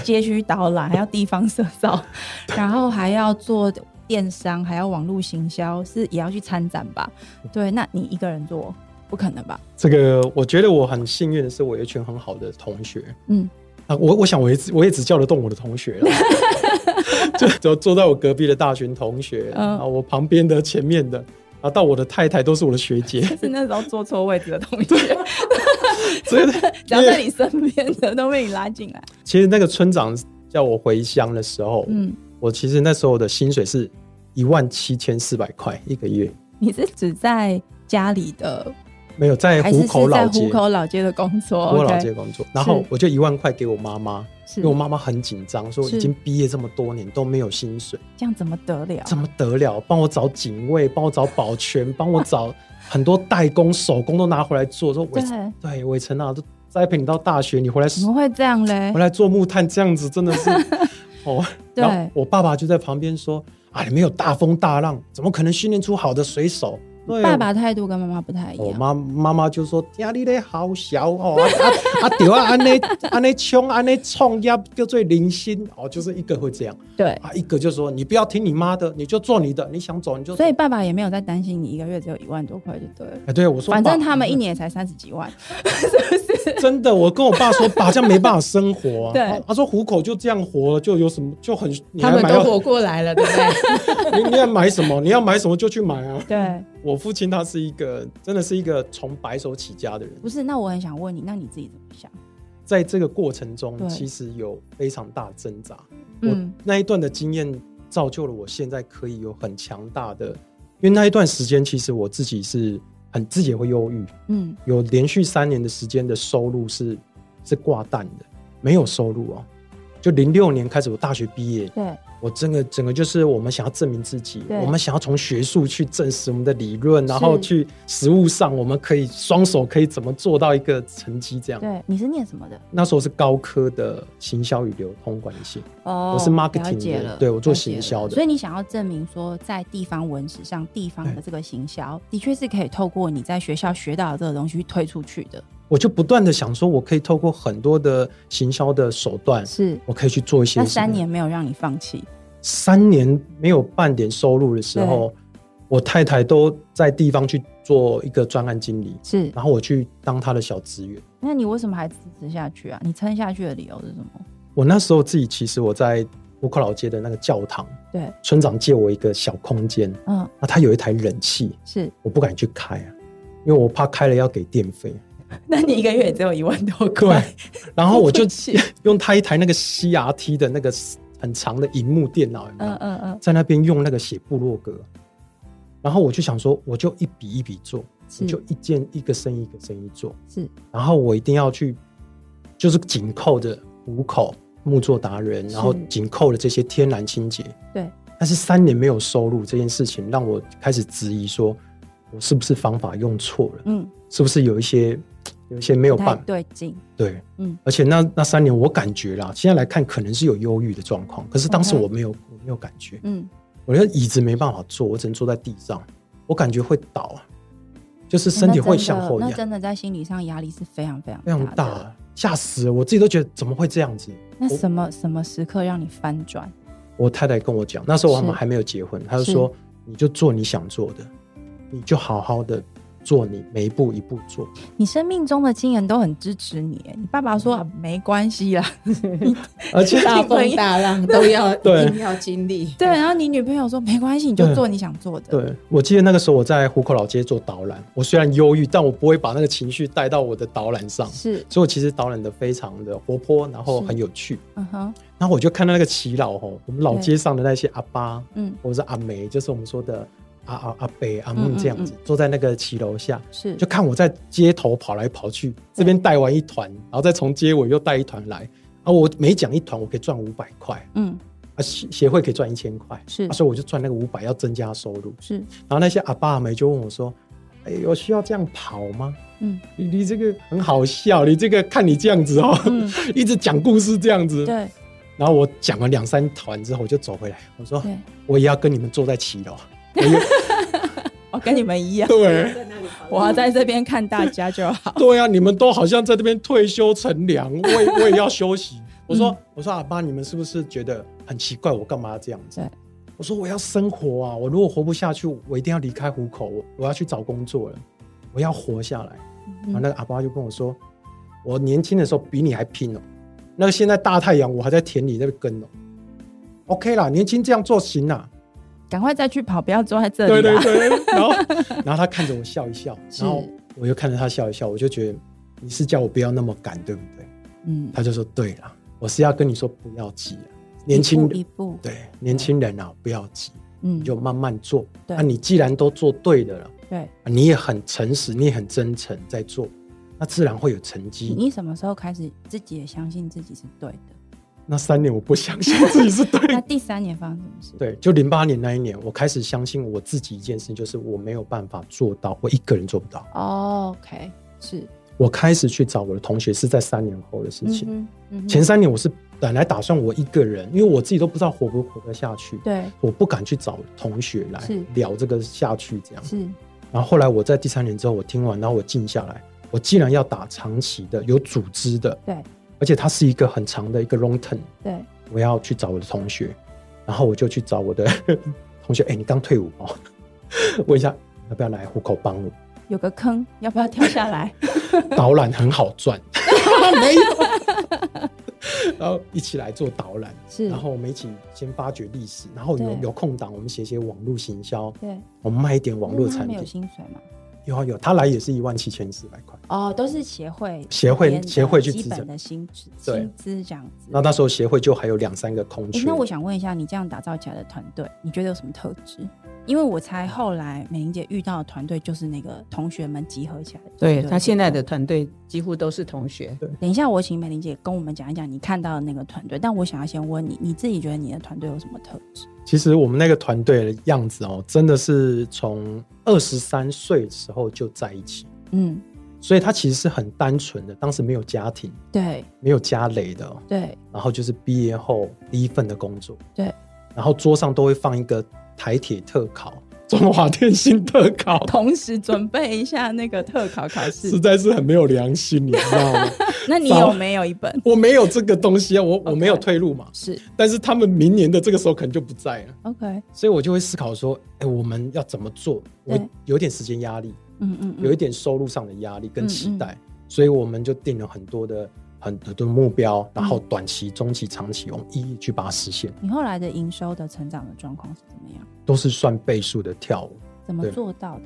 Speaker 2: 街区导览，还要地方社造，然后还要做电商，还要网络行销，是也要去参展吧？对，那你一个人做不可能吧？
Speaker 1: 这个我觉得我很幸运的是，我有一群很好的同学，
Speaker 2: 嗯，
Speaker 1: 啊，我我想我也只我也只叫得动我的同学 了，就 就坐在我隔壁的大学同学，
Speaker 2: 嗯
Speaker 1: 啊，我旁边的、前面的，啊，到我的太太都是我的学 姐，
Speaker 2: 就是那时候坐错位置的同学，
Speaker 1: 所以
Speaker 2: 只要在你身边的都被你拉进来。
Speaker 1: 其实那个村长叫我回乡的时候，
Speaker 2: 嗯，
Speaker 1: 我其实那时候的薪水是一万七千四百块一个月，
Speaker 2: 你是只在家里的
Speaker 1: 没有在
Speaker 2: 还
Speaker 1: 虎
Speaker 2: 是
Speaker 1: 口
Speaker 2: 是在
Speaker 1: 老街
Speaker 2: 虎，口老街的工作，
Speaker 1: 虎口老
Speaker 2: 哦 OK
Speaker 1: 街工作，然后
Speaker 2: 是
Speaker 1: 我就一万块给我妈妈，
Speaker 2: 是
Speaker 1: 因为我妈妈很紧张，说
Speaker 2: 是哦
Speaker 1: 已经毕业这么多年都没有薪水。
Speaker 2: 这样怎么得了？
Speaker 1: 怎么得了？帮我找警卫，帮我找保全，帮我找很多代工、手工都拿回来做。说伟
Speaker 2: 对，哦
Speaker 1: 对伟成啊，都栽培你到大学，你回来
Speaker 2: 怎么会这样嘞
Speaker 1: 回？来做木炭，这样子真的 是哦。
Speaker 2: 哎对
Speaker 1: 然后我爸爸就在旁边说：“啊，你没有大风大浪，怎么可能训练出好的水手？对
Speaker 2: 爸爸态度跟妈妈不太一
Speaker 1: 我
Speaker 2: 样。
Speaker 1: 哦妈妈妈就说：“听你咧好小哦，啊啊对啊，安尼安尼冲安尼创业叫做零星哦，就是一个会这样
Speaker 2: 对，
Speaker 1: 啊，一个就说你不要听你妈的，你就做你的，你想走你就走。
Speaker 2: 所以爸爸也没有在担心你一个月只有一万多块就对了。
Speaker 1: 哎，对我说爸，
Speaker 2: 反正他们一年也才三十几万，
Speaker 1: 真的，我跟我爸说，爸这样没办法生活、啊。
Speaker 2: 对
Speaker 1: 他他说虎口就这样活了，就有什么就很，你
Speaker 3: 他
Speaker 1: 还
Speaker 3: 们
Speaker 1: 买
Speaker 3: 都
Speaker 1: 要
Speaker 3: 活过来了，对不 对？
Speaker 1: 你你要买什么，你要买什么就去买啊。
Speaker 2: 对，
Speaker 1: 我父亲他是一个真的是一个从白手起家的人，
Speaker 2: 不是。那我很想问你，那你自己怎么想？
Speaker 1: 在这个过程中
Speaker 2: 对
Speaker 1: 其实有非常大的挣扎。
Speaker 2: 嗯，
Speaker 1: 那一段的经验造就了我现在可以有很强大的，因为那一段时间其实我自己是很自己也会忧郁，
Speaker 2: 嗯，
Speaker 1: 有连续三年的时间的收入是是挂蛋的，没有收入哦。就零六年开始，我大学毕业，
Speaker 2: 对，
Speaker 1: 我整个整个就是我们想要证明自己，
Speaker 2: 对
Speaker 1: 我们想要从学术去证实我们的理论，然后
Speaker 2: 是
Speaker 1: 去实物上我们可以双手可以怎么做到一个成绩这样。
Speaker 2: 对，你是念什么的？
Speaker 1: 那时候是高科的行销与流通管理系，
Speaker 2: 哦
Speaker 1: 我是 marketing
Speaker 2: 了解
Speaker 1: 的
Speaker 2: 了，
Speaker 1: 对我做
Speaker 2: 了解
Speaker 1: 行销
Speaker 2: 了
Speaker 1: 的
Speaker 2: 所以你想要证明说，在地方文史上，地方的
Speaker 1: 对
Speaker 2: 这个行销的确是可以透过你在学校学到的这个东西去推出去的，
Speaker 1: 我就不断的想说，我可以透过很多的行销的手段，
Speaker 2: 是。
Speaker 1: 我可以去做一些什
Speaker 2: 那
Speaker 1: 么。
Speaker 2: 三年没有让你放弃，
Speaker 1: 三年没有半点收入的时候，我太太都在地方去做一个专案经理，
Speaker 2: 是？
Speaker 1: 然后我去当她的小职员。
Speaker 2: 那你为什么还支持下去啊？你撑下去的理由是什么？
Speaker 1: 我那时候自己其实我在乌克老街的那个教堂，
Speaker 2: 对，
Speaker 1: 村长借我一个小空间，
Speaker 2: 嗯，
Speaker 1: 那他有一台冷气，
Speaker 2: 是。
Speaker 1: 我不敢去开啊，因为我怕开了要给电费。
Speaker 2: 那你一个月也只有一万多
Speaker 1: 对， 然后我就
Speaker 2: 气。
Speaker 1: 用他一台那个 CRT 的那个很长的荧幕电脑，有没有
Speaker 2: 嗯嗯嗯，
Speaker 1: 在那边用那个写部落格，然后我就想说，我就一笔一笔做，我
Speaker 2: 是
Speaker 1: 就一件一个生意一个生意做，
Speaker 2: 是
Speaker 1: 然后我一定要去，就是紧扣着虎口木作达人，然后紧扣着这些天然清洁。
Speaker 2: 对，
Speaker 1: 但是三年没有收入这件事情，让我开始质疑说，我是不是方法用错了？
Speaker 2: 嗯，
Speaker 1: 是不是有一些有一些没有
Speaker 2: 不太
Speaker 1: 办法？
Speaker 2: 对劲，
Speaker 1: 对，
Speaker 2: 嗯，
Speaker 1: 而且那那三年我感觉啦，现在来看可能是有忧郁的状况，可是当时
Speaker 2: OK
Speaker 1: 我没有我没有感觉，
Speaker 2: 嗯，
Speaker 1: 我的椅子没办法坐，我只能坐在地上，我感觉会倒啊，就是身体会向后
Speaker 2: 哦那
Speaker 1: 仰，
Speaker 2: 真的那真的在心理上压力是非常非常
Speaker 1: 非常
Speaker 2: 大
Speaker 1: 大
Speaker 2: 的。
Speaker 1: 啊，吓死了，我自己都觉得怎么会这样子？
Speaker 2: 那
Speaker 1: 我
Speaker 2: 什么什么时刻让你翻转？
Speaker 1: 我太太跟我讲，那时候我们
Speaker 2: 是
Speaker 1: 还没有结婚，她就说你就做你想做的，你就好好的做你每一步一步做，
Speaker 2: 你生命中的亲人都很支持你耶，你爸爸
Speaker 1: 嗯
Speaker 2: 说、啊没关系啦，
Speaker 1: 而且
Speaker 3: 大风大浪都要
Speaker 1: 对
Speaker 3: 一定要经 历。
Speaker 2: 对，然后你女朋友说没关系，你就做你想做的，
Speaker 1: 嗯对，我记得那个时候我在虎口老街做导览，我虽然忧郁，但我不会把那个情绪带到我的导览上，
Speaker 2: 是，
Speaker 1: 所以我其实导览的非常的活泼，然后很有趣。
Speaker 2: 嗯哼，
Speaker 1: 然后我就看到那个祈老吼，我们老街上的那些阿巴
Speaker 2: 嗯，
Speaker 1: 或者是阿梅，就是我们说的阿阿阿北、阿
Speaker 2: 嗯
Speaker 1: 木
Speaker 2: 嗯
Speaker 1: 这样子，坐在那个骑楼下，
Speaker 2: 是，
Speaker 1: 就看我在街头跑来跑去，这边带完一团，然后再从街尾又带一团来。啊，我每讲一团，我可以赚五百块，
Speaker 2: 嗯，
Speaker 1: 啊协协会可以赚一千块，
Speaker 2: 是
Speaker 1: 啊所以我就赚那个五百，要增加收入。
Speaker 2: 是，
Speaker 1: 然后那些阿爸阿梅就问我说：“哎、我需要这样跑吗？
Speaker 2: 嗯
Speaker 1: 你你这个很好笑，你这个看你这样子哦，
Speaker 2: 嗯，
Speaker 1: 一直讲故事这样子。
Speaker 2: 对
Speaker 1: 然后我讲了两三团之后，我就走回来，我说
Speaker 2: 对，
Speaker 1: 我也要跟你们坐在骑楼。我也
Speaker 2: 我哦跟你们一样，
Speaker 1: 对
Speaker 2: 我要在这边看大家就好，
Speaker 1: 对啊，你们都好像在这边退休乘凉， 我也我也要休息。
Speaker 2: 嗯
Speaker 1: 我说、我说阿爸，你们是不是觉得很奇怪？我干嘛这样子
Speaker 2: 对？
Speaker 1: 我说我要生活啊！我如果活不下去，我一定要离开虎口，我我要去找工作了，我要活下来。然后那
Speaker 2: 嗯
Speaker 1: 个阿爸就跟我说：“我年轻的时候比你还拼哦，那个现在大太阳，我还在田里在耕哦。OK 啦，年轻这样做行啦。
Speaker 2: 赶快再去跑，不要坐在这里，
Speaker 1: 对
Speaker 2: 啊
Speaker 1: 对，对，然 后然后他看着我笑一笑，
Speaker 2: 是
Speaker 1: 然后我又看着他笑一笑，我就觉得你是叫我不要那么赶，对不对？
Speaker 2: 嗯，
Speaker 1: 他就说：对啦，我是要跟你说不要急、啊，年轻
Speaker 2: 一步一
Speaker 1: 人
Speaker 2: 步，
Speaker 1: 对年轻人啊，不要急，
Speaker 2: 嗯
Speaker 1: 你，就慢慢做。
Speaker 2: 对
Speaker 1: 那、你既然都做对的了，啊
Speaker 2: 对，
Speaker 1: 你也很诚实，你也很真诚在做，那自然会有成绩。
Speaker 2: 你什么时候开始自己也相信自己是对的？
Speaker 1: 那三年我不相信 自己是对
Speaker 2: 那
Speaker 1: 的。
Speaker 2: 第三年发生什么事？
Speaker 1: 对，就零八年那一年，我开始相信我自己一件事，就是我没有办法做到，我一个人做不到。
Speaker 2: 哦，OK，是，
Speaker 1: 我开始去找我的同学，是在三年后的事
Speaker 2: 嗯
Speaker 1: 情。
Speaker 2: 哼，嗯哼
Speaker 1: 前三年我是本来打算我一个人，因为我自己都不知道活不活得下去，
Speaker 2: 对
Speaker 1: 我不敢去找同学来
Speaker 2: 是
Speaker 1: 聊这个下去这样。
Speaker 2: 是，
Speaker 1: 然后后来我在第三年之后，我听完，然后我静下来，我既然要打长期的、有组织的，
Speaker 2: 对，
Speaker 1: 而且它是一个很长的一个 long term，
Speaker 2: 对，
Speaker 1: 我要去找我的同学，然后我就去找我的 同学，哎、你刚退伍哦， 问一下要不要来虎口帮我？
Speaker 2: 有个坑，要不要跳 下来？
Speaker 1: 导览很好 赚，没有。 然后一起来做导览，
Speaker 2: 是，
Speaker 1: 然后我们一起先发掘历史，然后有
Speaker 2: 嗯对
Speaker 1: 有空档我们写写网络行销，
Speaker 2: 对，
Speaker 1: 我们卖一点网络
Speaker 2: 他
Speaker 1: 产
Speaker 2: 嗯们有
Speaker 1: 品。
Speaker 2: 薪水嘛？
Speaker 1: 有啊有，他来也是一万七千四百块。
Speaker 2: 哦，都是协会
Speaker 1: 协会
Speaker 2: 里面的
Speaker 1: 协会去
Speaker 2: 基
Speaker 1: 支
Speaker 2: 本
Speaker 1: 撑
Speaker 2: 的薪资
Speaker 1: 对
Speaker 2: 薪资这样子。
Speaker 1: 那那时候协会就还有两三个空
Speaker 2: 诶
Speaker 1: 缺。
Speaker 2: 那我想问一下，你这样打造起来的团队，你觉得有什么特质？因为我才后来美玲姐遇到的团队就是那个同学们集合起来的团队。
Speaker 3: 对他现在的团队几乎都是同学，
Speaker 2: 等一下，我请美玲姐跟我们讲一讲你看到的那个团队。但我想要先问你，你自己觉得你的团队有什么特质？
Speaker 1: 其实我们那个团队的样子哦，真的是从二十三岁时候就在一起，
Speaker 2: 嗯，
Speaker 1: 所以他其实是很单纯的，当时没有家庭，
Speaker 2: 对
Speaker 1: 没有家累的，哦
Speaker 2: 对
Speaker 1: 然后就是毕业后第一份的工作。
Speaker 2: 对，，
Speaker 1: 然后桌上都会放一个台铁特考、 中华电信特考
Speaker 2: 同时准备一下那个特考考
Speaker 1: 实
Speaker 2: 试。
Speaker 1: 在是很没有良心，你知道 吗？
Speaker 2: 那你有没有一本？
Speaker 1: 我没有这个东西啊，我我没有
Speaker 2: OK
Speaker 1: 退路嘛。
Speaker 2: 是
Speaker 1: 但是他们明年的这个时候可能就不在了，
Speaker 2: OK，
Speaker 1: 所以我就会思考说，哎、我们要怎么做？我
Speaker 2: 对
Speaker 1: 有点时间压力，
Speaker 2: 嗯嗯嗯，
Speaker 1: 有一点收入上的压力跟期
Speaker 2: 嗯嗯
Speaker 1: 待，所以我们就定了很多的很很多目标，然
Speaker 2: 嗯
Speaker 1: 后短期、中期、长期，我们一一去把它实现，
Speaker 2: 你后来的营收的成长的状况是怎么样？
Speaker 1: 都是算倍数的跳舞。
Speaker 2: 怎么
Speaker 1: 对
Speaker 2: 做到的？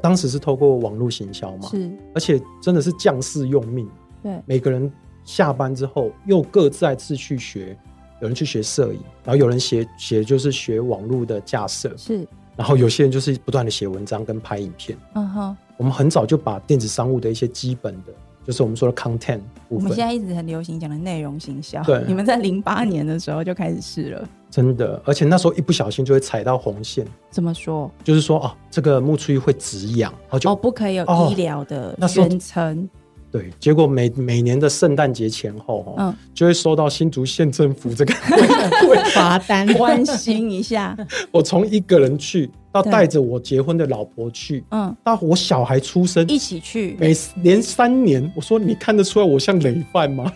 Speaker 1: 当时是透过网络行销嘛，
Speaker 2: 是，
Speaker 1: 而且真的是将士用命，
Speaker 2: 对，
Speaker 1: 每个人下班之后又各自再次去学，有人去学摄影，然后有人学学就是学网络的架设，
Speaker 2: 是，
Speaker 1: 然后有些人就是不断的写文章跟拍影片。
Speaker 2: 嗯哼。
Speaker 1: 我们很早就把电子商务的一些基本的，就是我们说的 content 部
Speaker 2: 我们
Speaker 1: 分
Speaker 2: 现，在一直很流行讲的内容行销，
Speaker 1: 对
Speaker 2: 你们在零八年的时候就开始试了，
Speaker 1: 真的，而且那时候一不小心就会踩到红线，
Speaker 2: 怎么说？
Speaker 1: 就是说哦，这个木出会止痒，然后就、
Speaker 2: 哦，不可以有
Speaker 1: 哦
Speaker 2: 医疗的
Speaker 1: 那时候
Speaker 2: 宣称，
Speaker 1: 对，结果每每年的圣诞节前后哦，
Speaker 2: 嗯，
Speaker 1: 就会收到新竹县政府 这个会会
Speaker 3: 罚单
Speaker 2: 关心一下，
Speaker 1: 我从一个人去，到
Speaker 2: 对
Speaker 1: 带着我结婚的老婆去，
Speaker 2: 嗯，
Speaker 1: 到我小孩出生，
Speaker 2: 一起去，
Speaker 1: 每连三年，我说你看得出来我像累犯 吗？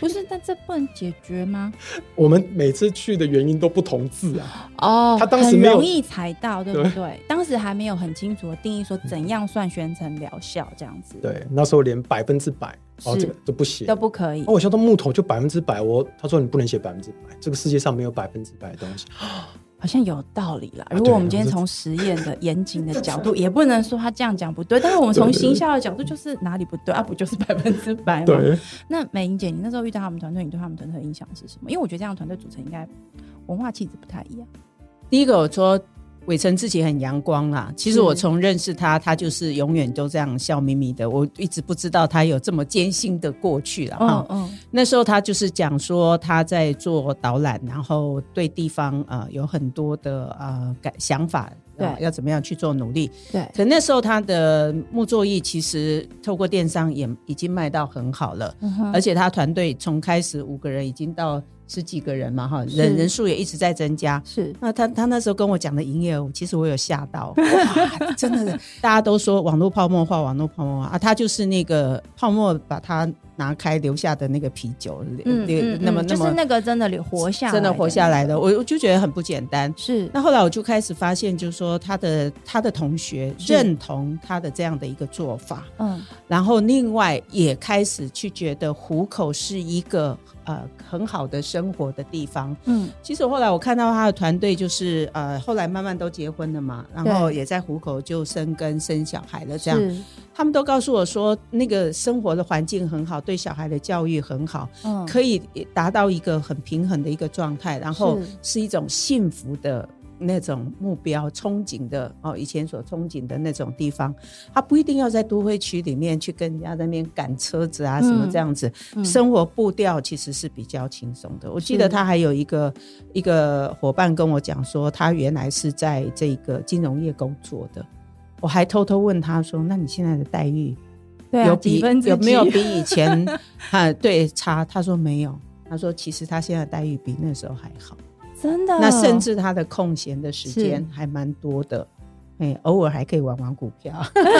Speaker 2: 不是？但这不能解决吗？
Speaker 1: 我们每次去的原因都不同字啊，
Speaker 2: 哦，
Speaker 1: 他当时
Speaker 2: 很
Speaker 1: 没有
Speaker 2: 容易踩到，对不
Speaker 1: 对
Speaker 2: 对？当时还没有很清楚的定义说怎样算宣称疗效这样子，，
Speaker 1: 对，那时候连百分之百哦
Speaker 2: 是
Speaker 1: 这个都不写哦
Speaker 2: 都。不可以
Speaker 1: 那。我想到木头就百分之百，我他说你不能写百分之百，这个世界上没有百分之百的东西。
Speaker 2: 好像有道理啦。
Speaker 1: 啊
Speaker 2: 如果我们
Speaker 1: 对
Speaker 2: 今天
Speaker 1: 我是
Speaker 2: 从实验的严谨的角 度，也不能说他这样讲不对，但是我们从
Speaker 1: 对对对
Speaker 2: 行销的角度，就是哪里不对啊？不就是百分之百吗？。
Speaker 1: 对，
Speaker 2: 那美玲姐，你那时候遇到他们团队，你对他们团队的影响是什么？因为我觉得这样的团队组成应该文化气质不太一样。
Speaker 3: 第一个我说。伟成自己很阳光啦，其实
Speaker 2: 是
Speaker 3: 我从认识他，他就是永远都这样笑眯眯的。我一直不知道他有这么艰辛的过去了哈
Speaker 1: 啊
Speaker 2: 嗯。嗯，
Speaker 3: 那时候他就是讲说他在做导览，然后对地方呃有很多的呃感想法，呃
Speaker 2: 对
Speaker 3: 要怎么样去做努力。
Speaker 2: 对，
Speaker 3: 可那时候他的木作艺其实透过电商也已经卖到很好了，
Speaker 2: 嗯哼
Speaker 3: 而且他团队从开始五个人已经到十几个人嘛哈，人
Speaker 2: 是
Speaker 3: 人数也一直在增加。
Speaker 2: 是
Speaker 3: 那他他那时候跟我讲的营业额，其实我有吓 到，哇，真的，大家都说网络泡沫化，网络泡沫化啊，他就是那个泡沫把它拿开留下的那个啤酒，那那么
Speaker 2: 嗯就是
Speaker 3: 那么
Speaker 2: 那个真的活下来，
Speaker 3: 真的活下来的，，我我就觉得很不简单。
Speaker 2: 是
Speaker 3: 那后来我就开始发现，就是说他的他的同学
Speaker 2: 是
Speaker 3: 认同他的这样的一个做法，
Speaker 2: 嗯
Speaker 3: 然后另外也开始去觉得虎口是一个呃很好的生活的地方，
Speaker 2: 嗯
Speaker 3: 其实后来我看到他的团队，就是呃，后来慢慢都结婚了嘛，然后也在虎口就生根生小孩了，这样
Speaker 2: 是
Speaker 3: 他们都告诉我说，那个生活的环境很好，对小孩的教育很好，
Speaker 2: 嗯
Speaker 3: 可以达到一个很平衡的一个状态，然后
Speaker 2: 是
Speaker 3: 是一种幸福的。那种目标憧憬的哦，以前所憧憬的那种地方，他不一定要在都会区里面去跟人家在那边赶车子啊，什么
Speaker 2: 嗯
Speaker 3: 这样子，
Speaker 2: 嗯
Speaker 3: 生活步调其实是比较轻松的。我记
Speaker 2: 是
Speaker 3: 得他还有一个一个伙伴跟我讲说，他原来是在这个金融业工作的。我还偷偷问他说：“那你现在的待遇
Speaker 2: 对啊
Speaker 3: 有
Speaker 2: 几
Speaker 3: 比、
Speaker 2: 分之
Speaker 3: 有没有
Speaker 2: 几
Speaker 3: 比以前 啊对差？”他说没有。他说其实他现在的待遇比那时候还好，
Speaker 2: 真的？
Speaker 3: 那甚至他的空闲的时间
Speaker 2: 嗯是
Speaker 3: 还蛮多的。哎，偶尔还可以玩玩股 票。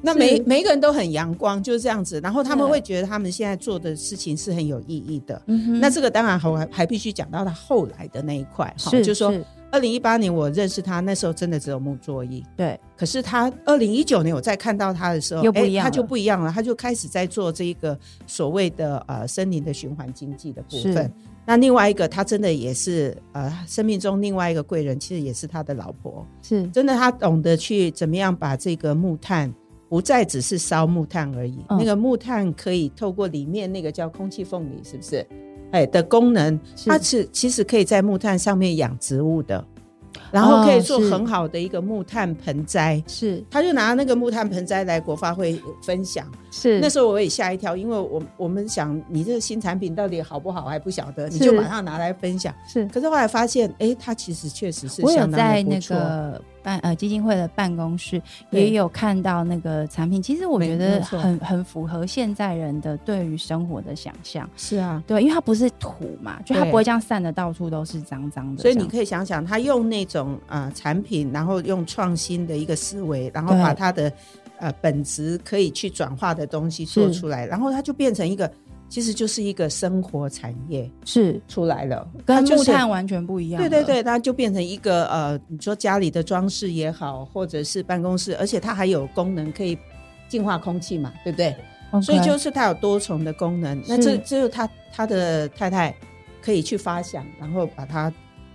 Speaker 3: 那每每一个人都很阳光，就是这样子。然后他们
Speaker 2: 对
Speaker 3: 会觉得他们现在做的事情是很有意义的。
Speaker 2: 嗯哼
Speaker 3: 那这个当然还还必须讲到他后来的那一块，哈
Speaker 2: 是
Speaker 3: 就是说
Speaker 2: 是
Speaker 3: 二零一八年我认识他，那时候真的只有木作艺。
Speaker 2: 对，
Speaker 3: 可是他二零一九年我再看到他的时候，
Speaker 2: 又不一
Speaker 3: 哎
Speaker 2: 样
Speaker 3: 他就
Speaker 2: 了
Speaker 3: 不一样了，他就开始在做这一个所谓的呃森林的循环经济的部
Speaker 2: 是
Speaker 3: 分。那另外一个，他真的也是呃生命中另外一个贵人，其实也是他的老婆，
Speaker 2: 是
Speaker 3: 真的他懂得去怎么样把这个木炭。不再只是烧木炭而已，
Speaker 2: 嗯
Speaker 3: 那个木炭可以透过里面那个叫空气凤梨，是不是？哎的功能，
Speaker 2: 是
Speaker 3: 它是其实可以在木炭上面养植物的，然后可以
Speaker 2: 哦
Speaker 3: 做
Speaker 2: 是
Speaker 3: 很好的一个木炭盆栽。
Speaker 2: 是
Speaker 3: 他就拿那个木炭盆栽来国发会分享，
Speaker 2: 是
Speaker 3: 那时候我也吓一跳，因为我我们想你这个新产品到底好不好还不晓得，你
Speaker 2: 是
Speaker 3: 就把它拿来分享。
Speaker 2: 是
Speaker 3: 可是后来发现，哎、它其实确实是
Speaker 2: 我有
Speaker 3: 相当
Speaker 2: 在
Speaker 3: 的不
Speaker 2: 那
Speaker 3: 错。
Speaker 2: 个办呃基金会的办公室
Speaker 3: 对
Speaker 2: 也有看到那个产品，其实我
Speaker 3: 没
Speaker 2: 觉
Speaker 3: 没
Speaker 2: 得
Speaker 3: 错
Speaker 2: 很很符合现在人的对于生活的想象。
Speaker 3: 是啊，
Speaker 2: 对，因为它不是土嘛，就它
Speaker 3: 对
Speaker 2: 不会这样散的到处都是脏脏的这
Speaker 3: 所以
Speaker 2: 样。
Speaker 3: 你可以想想，他用那种啊、呃产品，然后用创新的一个思维，然后
Speaker 2: 对
Speaker 3: 把他的呃本质可以去转化的东西做
Speaker 2: 是
Speaker 3: 出来，然后它就变成一个，其实就是一个生活产业
Speaker 2: 是
Speaker 3: 出来了，它
Speaker 2: 跟
Speaker 3: 就
Speaker 2: 木
Speaker 3: 是
Speaker 2: 炭完全不一样。
Speaker 3: 对对，对，它就变成一个呃，你说家里的装饰也好，或者是办公室，而且它还有功能可以净化空气嘛，对不对？所以就是它有多重的功能。那这
Speaker 2: 是
Speaker 3: 只有他他的太太可以去发想，然后把它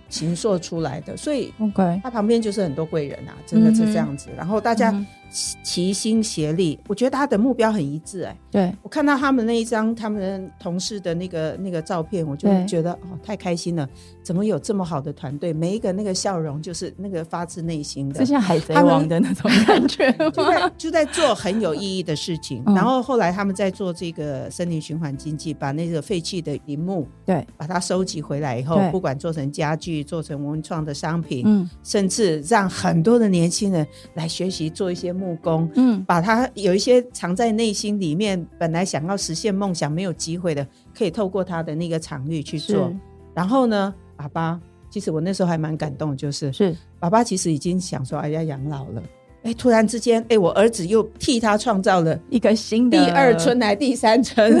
Speaker 3: 形塑出来的。所以
Speaker 2: OK，
Speaker 3: 他旁边就是很多贵人啊，真的是这样子。然后大家
Speaker 2: 嗯
Speaker 3: 齐齐心协力，我觉得他的目标很一致、哎，
Speaker 2: 对，
Speaker 3: 我看到他们那一张他们同事的那个那个照片，我就
Speaker 2: 对
Speaker 3: 觉得哦，太开心了！怎么有这么好的团队？每一个那个笑容就是那个发自内心的
Speaker 2: 就，像海贼
Speaker 3: 他们
Speaker 2: 王的那种感 觉
Speaker 3: 就
Speaker 2: 吗？
Speaker 3: 在就在做很有意义的事情。
Speaker 2: 嗯
Speaker 3: 然后后来他们在做这个森林循环经济，把那个废弃的林木
Speaker 2: 对，
Speaker 3: 把它收集回来以后
Speaker 2: 对，
Speaker 3: 不管做成家具、做成文创的商品，
Speaker 2: 嗯
Speaker 3: 甚至让很多的年轻人来学习做一些木工，
Speaker 2: 嗯，
Speaker 3: 把他有一些藏在内心里面，本来想要实现梦想没有机会的，可以透过他的那个场域去做
Speaker 2: 是。
Speaker 3: 然后呢，爸爸，其实我那时候还蛮感动，就是
Speaker 2: 是
Speaker 3: 爸爸其实已经想说，哎呀，养老了。哎，突然之间，哎，我儿子又替他创造 了
Speaker 2: 一个新
Speaker 3: 第
Speaker 2: 的
Speaker 3: 二春来第 三春，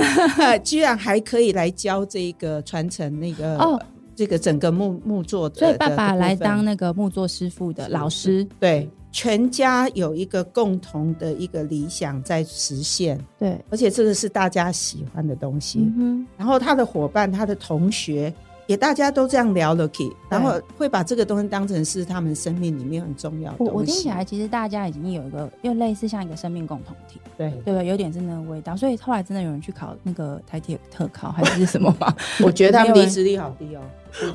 Speaker 3: 居然还可以来教这个传承那个
Speaker 2: 哦
Speaker 3: 这个整个木木作的。
Speaker 2: 所以爸爸
Speaker 3: 的
Speaker 2: 来
Speaker 3: 部分
Speaker 2: 当那个木作师傅的
Speaker 3: 是
Speaker 2: 老师，
Speaker 3: 对，全家有一个共同的一个理想在实现，
Speaker 2: 对，
Speaker 3: 而且这个是大家喜欢的东西。
Speaker 2: 嗯
Speaker 3: 然后他的伙伴、他的同学也大家都这样聊了 k 然后会把这个东西当成是他们生命里面很重要的
Speaker 2: 哼，我
Speaker 3: 东西。
Speaker 2: 我听起来其实大家已经有一个又类似像一个生命共同体，
Speaker 3: 对，
Speaker 2: 对吧？有点是那个味道，所以后来真的有人去考那个台铁特考还是什么 吧，
Speaker 3: 我觉得他
Speaker 2: 没
Speaker 3: 们
Speaker 2: 有
Speaker 3: 离
Speaker 2: 人
Speaker 3: 职率好低哦，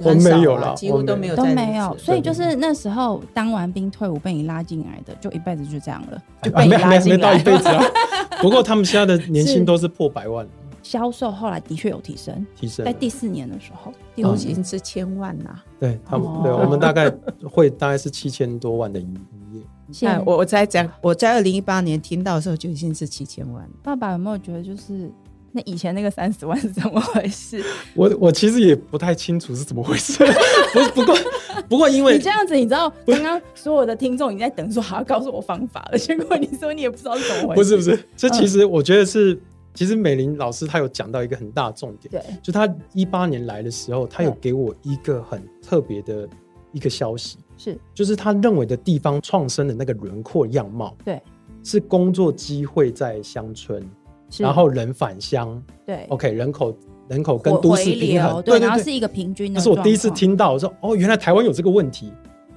Speaker 1: 我
Speaker 3: 很少啊
Speaker 1: 没有啦
Speaker 3: 几乎
Speaker 1: 我
Speaker 3: 都
Speaker 1: 没
Speaker 3: 没有
Speaker 2: 都
Speaker 3: 在
Speaker 2: 没
Speaker 3: 离
Speaker 2: 有。
Speaker 3: 职
Speaker 2: 所以就是那时候当完兵退伍被你拉进来的，就一辈子就这样了，就
Speaker 1: 啊
Speaker 2: 被你
Speaker 1: 没
Speaker 2: 拉
Speaker 1: 没没
Speaker 2: 进
Speaker 1: 到一
Speaker 2: 来。
Speaker 1: 辈子 啊。不过他们现在的年薪都是破百万
Speaker 2: 销售后来的确有提升，
Speaker 1: 提升
Speaker 2: 在
Speaker 1: 了，
Speaker 2: 第四年的时候，
Speaker 1: 哎
Speaker 2: 第五
Speaker 3: 流
Speaker 2: 年
Speaker 3: 行是千万呐、
Speaker 1: 对他们
Speaker 2: 哦，
Speaker 1: 对我们大概会大概是七千多万的营业，
Speaker 2: 现
Speaker 3: 我我在讲，我在二零一八年听到的时候就已经是七千万了。
Speaker 2: 爸爸有没有觉得就是那以前那个三十万是怎么回 事？
Speaker 1: 我我其实也不太清楚是怎么回 事，不不过不过因
Speaker 2: 你
Speaker 1: 为
Speaker 2: 这样子，你知道刚刚所有的听众已经在等说好要告诉我方法了，结果你说你也不知道是怎么回事。
Speaker 1: 不是不，是，这其实我觉得是，其实美玲老师她有讲到一个很大的重点，
Speaker 2: 对，
Speaker 1: 就她一八年来的时候，她有
Speaker 2: 对
Speaker 1: 给我一个很特别的一个消息，
Speaker 2: 是
Speaker 1: 就是她认为的地方创生的那个轮廓样貌
Speaker 2: 对，
Speaker 1: 是工作机会在乡村，
Speaker 2: 是
Speaker 1: 然后人返乡
Speaker 2: 对
Speaker 1: ，OK，人口人口哦跟
Speaker 2: 回
Speaker 1: 都市
Speaker 2: 回
Speaker 1: 平
Speaker 2: 流
Speaker 1: 衡，
Speaker 2: 对，
Speaker 1: 对
Speaker 2: 然后
Speaker 1: 对
Speaker 2: 是
Speaker 1: 对，
Speaker 2: 一个平均的。
Speaker 1: 这是我第一次。听到，我说哦，原来台湾有这个问题，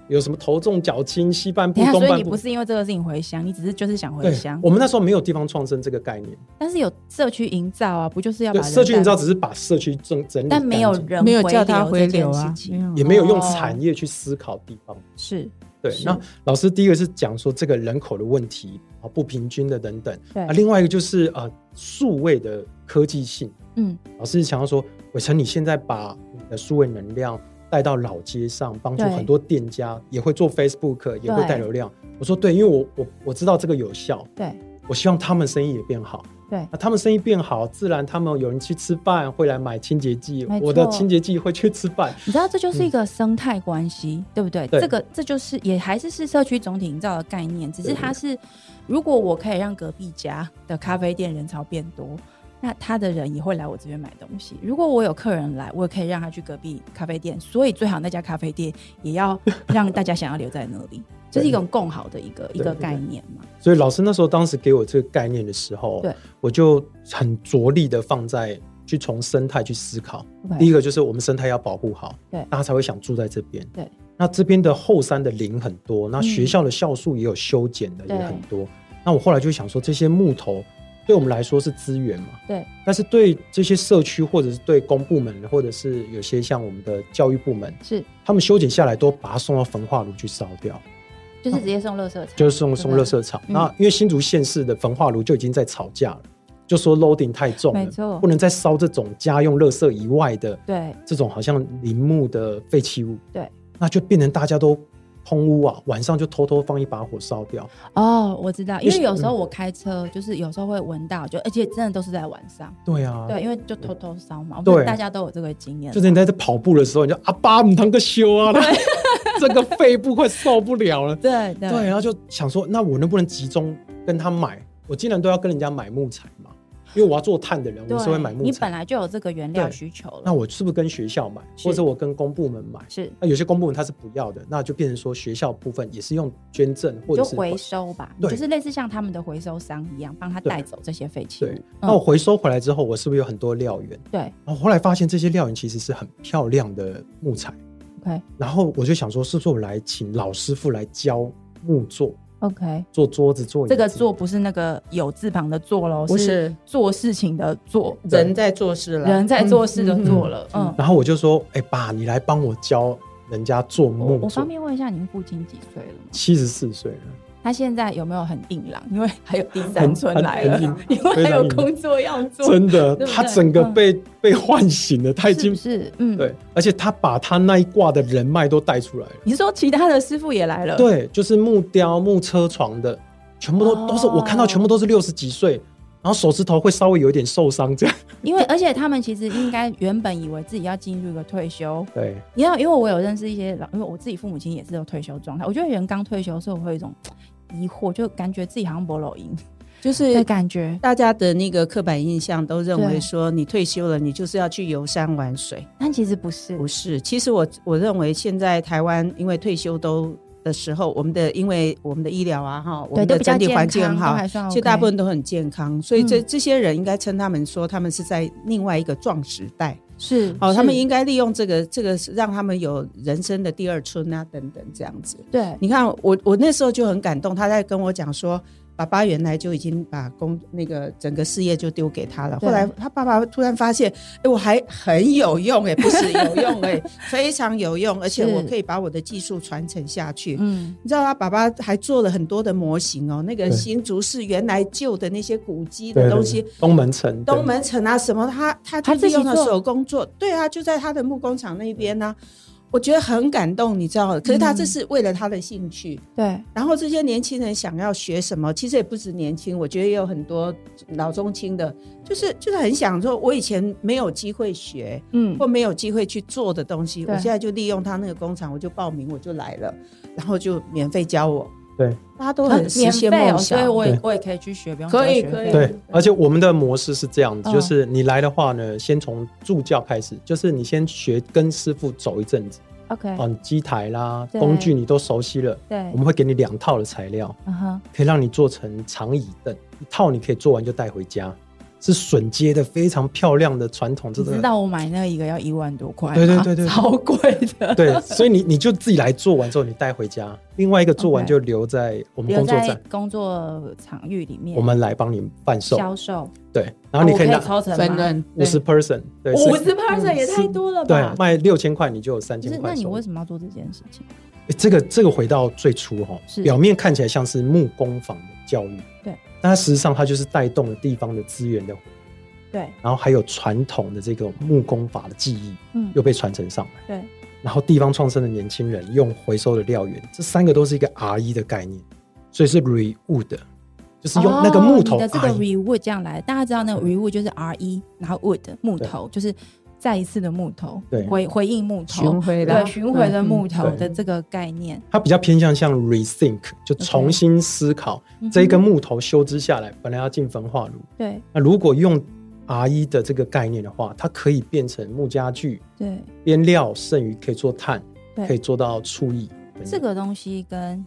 Speaker 1: 有什么头重脚轻、西半部
Speaker 2: 等一、下，
Speaker 1: 东
Speaker 2: 所以
Speaker 1: 半
Speaker 2: 你不
Speaker 1: 部。
Speaker 2: 是因为这个事情回乡，你只是就是想回
Speaker 1: 对
Speaker 2: 乡，，
Speaker 1: 我们那时候没有地方创生这个概念，
Speaker 2: 但是有社区营造啊，不就是要把
Speaker 1: 对，
Speaker 2: 人
Speaker 1: 社区营
Speaker 2: 带
Speaker 1: 造只是把社区整整理干
Speaker 2: 但
Speaker 1: 净，
Speaker 2: 没有人
Speaker 3: 没有叫他
Speaker 2: 回
Speaker 3: 回
Speaker 2: 流这件
Speaker 3: 流
Speaker 2: 事
Speaker 3: 啊
Speaker 2: 情
Speaker 3: 没有
Speaker 1: 也没有用
Speaker 2: 哦
Speaker 1: 产业去思考地方。
Speaker 2: 是
Speaker 1: 对，
Speaker 2: 哦是
Speaker 1: 那老师第一个是讲说这个人口的问题啊，不平均的等等
Speaker 2: 对
Speaker 1: 啊，另外一个就是呃数位的科技性。
Speaker 2: 嗯
Speaker 1: 老师想要说，伟成你现在把你的数位能量带到老街上，帮助
Speaker 2: 对
Speaker 1: 很多店家也会做 Facebook，也会
Speaker 2: 对
Speaker 1: 带流量。我说对，因为我我我知道这个有效，
Speaker 2: 对
Speaker 1: 我希望他们生意也变好。
Speaker 2: 对
Speaker 1: 那他们生意变好，自然他们有人去吃饭，会来买清洁剂
Speaker 2: 没。错
Speaker 1: 我的清洁剂会去吃饭，
Speaker 2: 你知道这就是一个生态关系，对不对？
Speaker 1: 嗯对
Speaker 2: 这个这就是也还是是社区总体营造的概念，只是它是如果我可以让隔壁家的咖啡店人潮变多。那他的人也会来我这边买东西。如果我有客人来，我也可以让他去隔壁咖啡店。所以最好那家咖啡店也要让大家想要留在那 里，这是一种共好的一个一个
Speaker 1: 对对
Speaker 2: 概念嘛。
Speaker 1: 所以老师那时候当时给我这个概念的时候
Speaker 2: 对，
Speaker 1: 我就很着力的放在去从生态去思考。
Speaker 2: OK
Speaker 1: 第一个就是我们生态要保护好，
Speaker 2: 哎对
Speaker 1: 大家才会想住在这边。
Speaker 2: 对，
Speaker 1: 那这边的后山的林很多，那
Speaker 2: 嗯
Speaker 1: 学校的校树也有修剪的
Speaker 2: 对
Speaker 1: 也很多。那我后来就想说，这些木头对我们来说是资源嘛，
Speaker 2: 对
Speaker 1: 但是对这些社区或者是对公部门，或者是有些像我们的教育部门，
Speaker 2: 是
Speaker 1: 他们修剪下来都把它送到焚化炉去烧掉，
Speaker 2: 就是直接送垃圾场，
Speaker 1: 哦就是送送
Speaker 2: 对
Speaker 1: 垃
Speaker 2: 不对
Speaker 1: 圾场。
Speaker 2: 嗯
Speaker 1: 那因为新竹县市的焚化炉就已经在吵架了，就说 loading 太重
Speaker 2: 没错
Speaker 1: 了，不能再烧这种家用垃圾以外的
Speaker 2: 对
Speaker 1: 这种好像林木的废弃物，
Speaker 2: 对。
Speaker 1: 那就变成大家都空屋啊，晚上就偷偷放一把火烧掉。
Speaker 2: 哦，我知道，因
Speaker 1: 就
Speaker 2: 为
Speaker 1: 是嗯
Speaker 2: 有时候我开车，就是有时候会闻到，就而且真的都是在晚上，
Speaker 1: 对啊，
Speaker 2: 对，因为就偷偷烧嘛，我
Speaker 1: 对
Speaker 2: 们大家都有这个经验，
Speaker 1: 就是你在这跑步的时候，你就啊爸，你当个修啊， 这个肺部快受不了了。
Speaker 2: 对 对
Speaker 1: 对，然啊后就想说，那我能不能集中跟他买？我既然都要跟人家买木材嘛，因为我要做碳的人，我
Speaker 2: 对
Speaker 1: 是会买木
Speaker 2: 你本
Speaker 1: 材。
Speaker 2: 来就有这个原料
Speaker 1: 对
Speaker 2: 需求了，
Speaker 1: 那我是不是跟学校买，
Speaker 2: 是
Speaker 1: 或者我跟公部门买？
Speaker 2: 是
Speaker 1: 那有些公部门它是不要的，那就变成说学校部分也是用捐赠或
Speaker 2: 你
Speaker 1: 者
Speaker 2: 就是回收吧，你
Speaker 1: 对
Speaker 2: 就是类似像他们的回收商一样，帮他
Speaker 1: 对
Speaker 2: 带走这些废弃物
Speaker 1: 对。。
Speaker 2: 嗯
Speaker 1: 那我回收回来之后，我是不是有很多料源？
Speaker 2: 对
Speaker 1: 然后后来发现这些料源其实是很漂亮的木材，
Speaker 2: ，OK
Speaker 1: 然后我就想说，是不是我来请老师傅来教木作，
Speaker 2: OK，
Speaker 1: 做桌子、做椅子
Speaker 2: 这个做不是那个有字旁的做喽，
Speaker 3: 不
Speaker 2: 是
Speaker 3: 是
Speaker 2: 做事情的做，
Speaker 3: 人在做事了，
Speaker 2: 人在做事的
Speaker 3: 嗯嗯
Speaker 2: 做了，
Speaker 3: 嗯
Speaker 2: 嗯。
Speaker 1: 然后我就说：“哎、爸，你来帮我教人家做
Speaker 2: 我
Speaker 1: 木
Speaker 2: 我
Speaker 1: 作
Speaker 2: 方。便问一下，您父亲几岁了吗？
Speaker 1: 七十四岁了，
Speaker 2: 他现在有没有很硬朗？ 因为还有第三春来了
Speaker 1: 很硬，
Speaker 2: 因为还有工作要做，
Speaker 1: 真的，
Speaker 2: 对不对
Speaker 1: 他整个
Speaker 2: 嗯
Speaker 1: 被、被唤醒了，他已
Speaker 2: 是
Speaker 1: 经
Speaker 2: 不是？嗯，
Speaker 1: 对，而且他把他那一挂的人脉都带出来了。
Speaker 2: 你是说其他的师傅也来了？，
Speaker 1: 对，就是木雕、木车床的，全部都、
Speaker 2: 哦
Speaker 1: 都是我看到，全部都是六十几岁，然后手指头会稍微有一点受伤这样。
Speaker 2: 因为而且他们其实应该原本以为自己要进入一个退休，
Speaker 1: 对，
Speaker 2: 你知道，因为我有认识一些老，因为我自己父母亲也是有退休状态。我觉得人刚退休的时候，我会有一种疑惑，就感觉自己好像不老赢
Speaker 3: 就是
Speaker 2: 的感觉，
Speaker 3: 大家的那个刻板印象都认
Speaker 2: 对
Speaker 3: 为说，你退休了，你就是要去游山玩水。
Speaker 2: 但其实不是
Speaker 3: 不。是，其实我我认为现在台湾因为退休都的时候，我们的因为我们的医疗啊哈，我
Speaker 2: 对，
Speaker 3: 们
Speaker 2: 都
Speaker 3: 的
Speaker 2: 比较
Speaker 3: 整体
Speaker 2: 健
Speaker 3: 环境
Speaker 2: 康，
Speaker 3: 很
Speaker 2: 都
Speaker 3: 好，
Speaker 2: 还算 OK。
Speaker 3: 其实大部分都很健康，所以这、
Speaker 2: 嗯
Speaker 3: 这些人应该称他们说他们是在另外一个壮时代。
Speaker 2: 是
Speaker 3: 哦，他们
Speaker 2: 是
Speaker 3: 应该利用这个这个是让他们有人生的第二春啊等等这样子。
Speaker 2: 对
Speaker 3: 你看我我那时候就很感动，他在跟我讲说。爸爸原来就已经把工那个整个事业就丢给他了，
Speaker 2: 对
Speaker 3: 后来他爸爸突然发现，哎、我还很有用哎、不是有 用哎、非常有用，而且
Speaker 2: 是
Speaker 3: 我可以把我的技术传承下去。
Speaker 2: 嗯，
Speaker 3: 你知道他爸爸还做了很多的模型哦，那个
Speaker 1: 对
Speaker 3: 新竹市原来旧的那些古迹
Speaker 1: 对
Speaker 3: 的
Speaker 1: 对
Speaker 3: 东西，
Speaker 1: 对东门城，
Speaker 3: 东门城啊什么，他他
Speaker 2: 他
Speaker 3: 就
Speaker 2: 自
Speaker 3: 利
Speaker 2: 己
Speaker 3: 用了
Speaker 2: 做
Speaker 3: 手工做，对啊，就在他的木工厂那边呢、我觉得很感动，你知道，可是他
Speaker 2: 嗯
Speaker 3: 这是为了他的兴趣。
Speaker 2: 对
Speaker 3: 然后这些年轻人想要学什么，其实也不止年轻，我觉得也有很多老中青的，就是就是很想说，我以前没有机会学
Speaker 2: 嗯
Speaker 3: 或没有机会去做的东西，我
Speaker 2: 对
Speaker 3: 现在就利用他那个工厂，我就报名，我就来了，然后就免费教我。
Speaker 1: 对，
Speaker 3: 大家都很实
Speaker 2: 免
Speaker 3: 现
Speaker 2: 费
Speaker 3: 梦
Speaker 2: 哦，所
Speaker 3: 想，
Speaker 2: 以我也
Speaker 1: 对
Speaker 2: 我也可以去学，不用
Speaker 3: 可
Speaker 2: 交
Speaker 3: 以
Speaker 2: 学
Speaker 3: 可
Speaker 2: 费
Speaker 3: 以
Speaker 1: 对，而且我们的模式是这样子，
Speaker 2: 嗯
Speaker 1: 就是你来的话呢，先从助教开始，就是你先学跟师傅走一阵子，
Speaker 2: OK，
Speaker 1: 哦，你机台啦、
Speaker 2: 对
Speaker 1: 工具你都熟悉了，
Speaker 2: 对
Speaker 1: 我，们会给你两套的材料，
Speaker 2: 嗯哼，
Speaker 1: 可以让你做成长椅凳，一套你可以做完就带回家，是榫接的非常漂亮的传统，这
Speaker 2: 你知
Speaker 1: 个
Speaker 2: 道我买那一个要一万多块吗，
Speaker 1: 对对对对
Speaker 2: 超贵 的，
Speaker 1: 对，所以你你就自己来做完之后你带回家，另外一个做完
Speaker 2: OK
Speaker 1: 就留在我们
Speaker 2: 留
Speaker 1: 工作
Speaker 2: 在
Speaker 1: 站，
Speaker 2: 工作场域里面，
Speaker 1: 我们来帮你贩售，
Speaker 2: 销售，
Speaker 1: 对，然后你可以
Speaker 2: 哦我
Speaker 1: 拿
Speaker 2: 抽成吗
Speaker 3: 分润
Speaker 1: 五十 person，对，是
Speaker 2: 哦五十 percent 也太多了
Speaker 1: 对
Speaker 2: 吧？，
Speaker 1: 卖六千块你就有三
Speaker 2: 就是
Speaker 1: 千块
Speaker 2: 那
Speaker 1: 收入。
Speaker 2: 你为什么要做这件事情？
Speaker 1: 诶这个这个回到最初哈、
Speaker 2: 是
Speaker 1: 表面看起来像是木工坊的教育，
Speaker 2: 对，
Speaker 1: 但它实际上它就是带动了地方的资源的，
Speaker 2: 对，
Speaker 1: 然后还有传统的这个木工法的技艺
Speaker 2: 嗯，
Speaker 1: 又被传承上来，
Speaker 2: 对，
Speaker 1: 然后地方创生的年轻人 E 用回收的料源，这三个都是一个 R 一的概念，所以是 rewood，就是用那个木头
Speaker 2: 哦、你的这个
Speaker 1: 哎
Speaker 2: rewood 这样来，大家知道那个 rewood 就是 R E，然后 wood 木头，就是再一次的木头，
Speaker 1: 对
Speaker 2: 回回应木头，
Speaker 3: 巡回的
Speaker 2: 对嗯巡回的木头
Speaker 1: 嗯
Speaker 2: 的这个概念。
Speaker 1: 它比较偏向像 rethink，就重新思考
Speaker 2: 嗯哼
Speaker 1: 这一根木头修枝下来，本来要进焚化炉，
Speaker 2: 对
Speaker 1: 那如果用 R 一的这个概念的话，它可以变成木家具
Speaker 2: 对
Speaker 1: 边料，剩余可以做碳，
Speaker 2: 对，
Speaker 1: 可以做到醋艺。
Speaker 2: 这个东西跟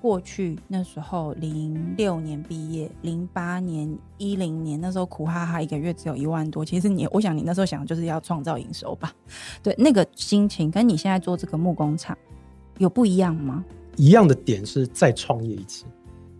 Speaker 2: 过去那时候零六年毕业，零八年、一零年那时候苦哈哈一个月只有一万多，其实你我想你那时候想的就是要创造营收吧？对，那个心情跟你现在做这个木工厂有不一样吗？
Speaker 1: 一样的点是再创业一次，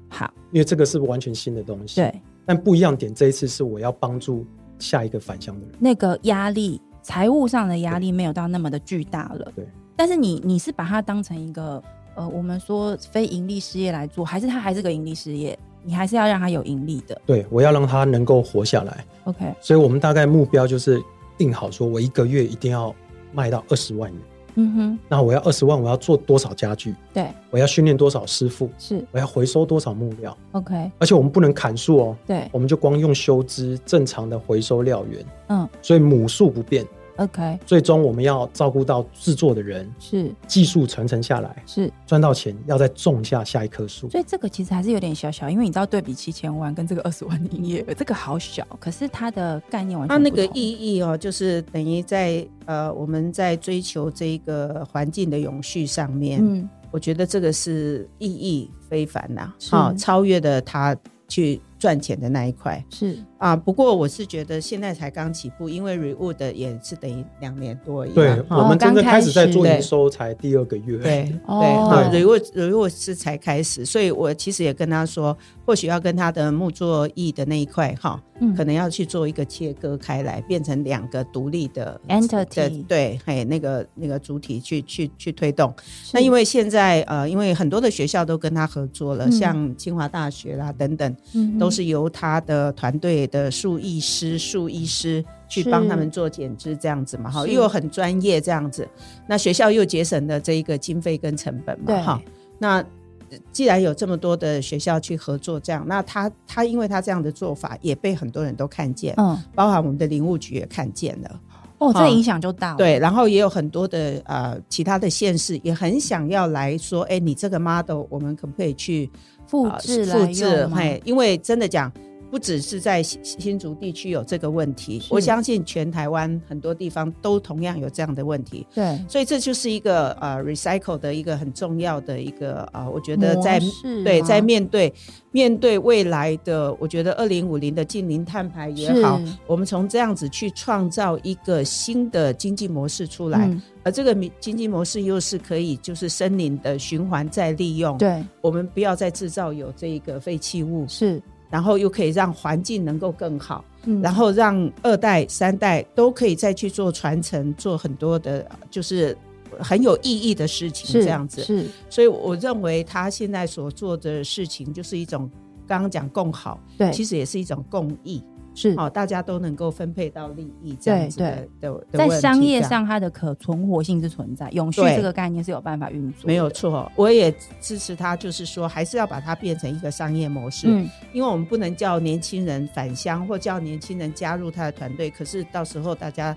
Speaker 2: 好，
Speaker 1: 因为这个是完全新的东西。，
Speaker 2: 对，
Speaker 1: 但不一样点这一次是我要帮助下一个返乡的人。
Speaker 2: 那个压力，财务上的压力没有到那么的巨大了。
Speaker 1: 对，
Speaker 2: 但是你你是把它当成一个呃，我们说非盈利事业来做，还是它还是个盈利事业？你还是要让它有盈利的。
Speaker 1: 对我要让他能够活下来，
Speaker 2: OK，
Speaker 1: 所以我们大概目标就是定好，说我一个月一定要卖到二十万元。
Speaker 2: 嗯哼，
Speaker 1: 那我要二十万，我要做多少家具？
Speaker 2: 对，
Speaker 1: 我要训练多少师傅？
Speaker 2: 是
Speaker 1: 我要回收多少木料？
Speaker 2: OK，
Speaker 1: 而且我们不能砍树哦，
Speaker 2: 对
Speaker 1: 我们就光用修枝正常的回收料源，
Speaker 2: 嗯，
Speaker 1: 所以母数不变。
Speaker 2: ，OK，
Speaker 1: 最终我们要照顾到制作的人，
Speaker 2: 是
Speaker 1: 技术传承下来，
Speaker 2: 是，
Speaker 1: 赚到钱要再种下下一棵树。
Speaker 2: 所以这个其实还是有点小小，因为你知道对比七千万跟这个二十万的营业额，这个好小，可是它的概念完
Speaker 3: 它
Speaker 2: 全
Speaker 3: 那
Speaker 2: 不
Speaker 3: 个
Speaker 2: 同
Speaker 3: 意义哦，就是等于在呃，我们在追求这个环境的永续上面，
Speaker 2: 嗯，
Speaker 3: 我觉得这个是意义非凡呐、
Speaker 2: 是
Speaker 3: 啊，超越了他去赚钱的那一块
Speaker 2: 是
Speaker 3: 啊。不过我是觉得现在才刚起步，因为 Rewood 也是等于两年多而已嘛，
Speaker 1: 对、
Speaker 3: 哈
Speaker 1: 我们真正
Speaker 2: 刚
Speaker 1: 开
Speaker 2: 开
Speaker 1: 始在
Speaker 2: 始
Speaker 1: 做营
Speaker 3: 对
Speaker 1: 收才第二个月，
Speaker 3: 对对
Speaker 2: 哦
Speaker 3: 哈
Speaker 1: 对
Speaker 3: ，Rewood Rewood 是才开始，所以我其实也跟他说，或许要跟他的木作艺的那一块哈，
Speaker 2: 嗯
Speaker 3: 可能要去做一个切割开来，变成两个独立的
Speaker 2: Entity
Speaker 3: 的对，嘿，那个那个主体去去去推动。那
Speaker 2: 是
Speaker 3: 因为现在呃，因为很多的学校都跟他合作了，
Speaker 2: 嗯
Speaker 3: 像清华大学啦等等，
Speaker 2: 嗯哼
Speaker 3: 都是由他的团队的数艺师、数医师去
Speaker 2: 是
Speaker 3: 帮他们做剪枝这样子嘛，哈，
Speaker 2: 是
Speaker 3: 又很专业这样子。那学校又节省了这一个经费跟成本
Speaker 2: 对
Speaker 3: 嘛，哈。那呃既然有这么多的学校去合作这样，那他他因为他这样的做法也被很多人都看见，
Speaker 2: 嗯
Speaker 3: 包含我们的林务局也看见了。
Speaker 2: 哦，这
Speaker 3: 啊
Speaker 2: 个影响就大了，
Speaker 3: 对，然后也有很多的呃其他的县市也很想要来说，哎，你这个 model 我们可不可以去
Speaker 2: 复
Speaker 3: 呃
Speaker 2: 制来
Speaker 3: 复制
Speaker 2: 用？嘛
Speaker 3: 嘿，因为真的讲，不只是在新新竹地区有这个问题，
Speaker 2: 是
Speaker 3: 我相信全台湾很多地方都同样有这样的问题。
Speaker 2: 对，
Speaker 3: 所以这就是一个呃 recycle 的一个很重要的一个呃，我觉得
Speaker 2: 模
Speaker 3: 在
Speaker 2: 式
Speaker 3: 对
Speaker 2: 吗
Speaker 3: 在面对面对未来的，我觉得二零五零的近零碳排也好
Speaker 2: 是，
Speaker 3: 我们从这样子去创造一个新的经济模式出来，
Speaker 2: 嗯
Speaker 3: 而这个民经济模式又是可以就是森林的循环再利用，
Speaker 2: 对
Speaker 3: 我们不要再制造有这一个废弃物，
Speaker 2: 是，
Speaker 3: 然后又可以让环境能够更好，
Speaker 2: 嗯
Speaker 3: 然后让二代、三代都可以再去做传承，做很多的，就是很有意义的事情，
Speaker 2: 嗯是
Speaker 3: 这样子。
Speaker 2: 是，
Speaker 3: 所以我认为他现在所做的事情，就是一种刚刚讲共好，
Speaker 2: 对，嗯
Speaker 3: 其实也是一种共益，
Speaker 2: 是
Speaker 3: 好、大家都能够分配到利益这样子的的的
Speaker 2: 在
Speaker 3: 问题
Speaker 2: 商业
Speaker 3: 这样
Speaker 2: 上，它的可存活性是存在，永续
Speaker 3: 对
Speaker 2: 这个概念是有办法运作的，
Speaker 3: 没有错，我也支持他，就是说还是要把它变成一个商业模式。
Speaker 2: 嗯，
Speaker 3: 因为我们不能叫年轻人返乡或叫年轻人加入他的团队，可是到时候大家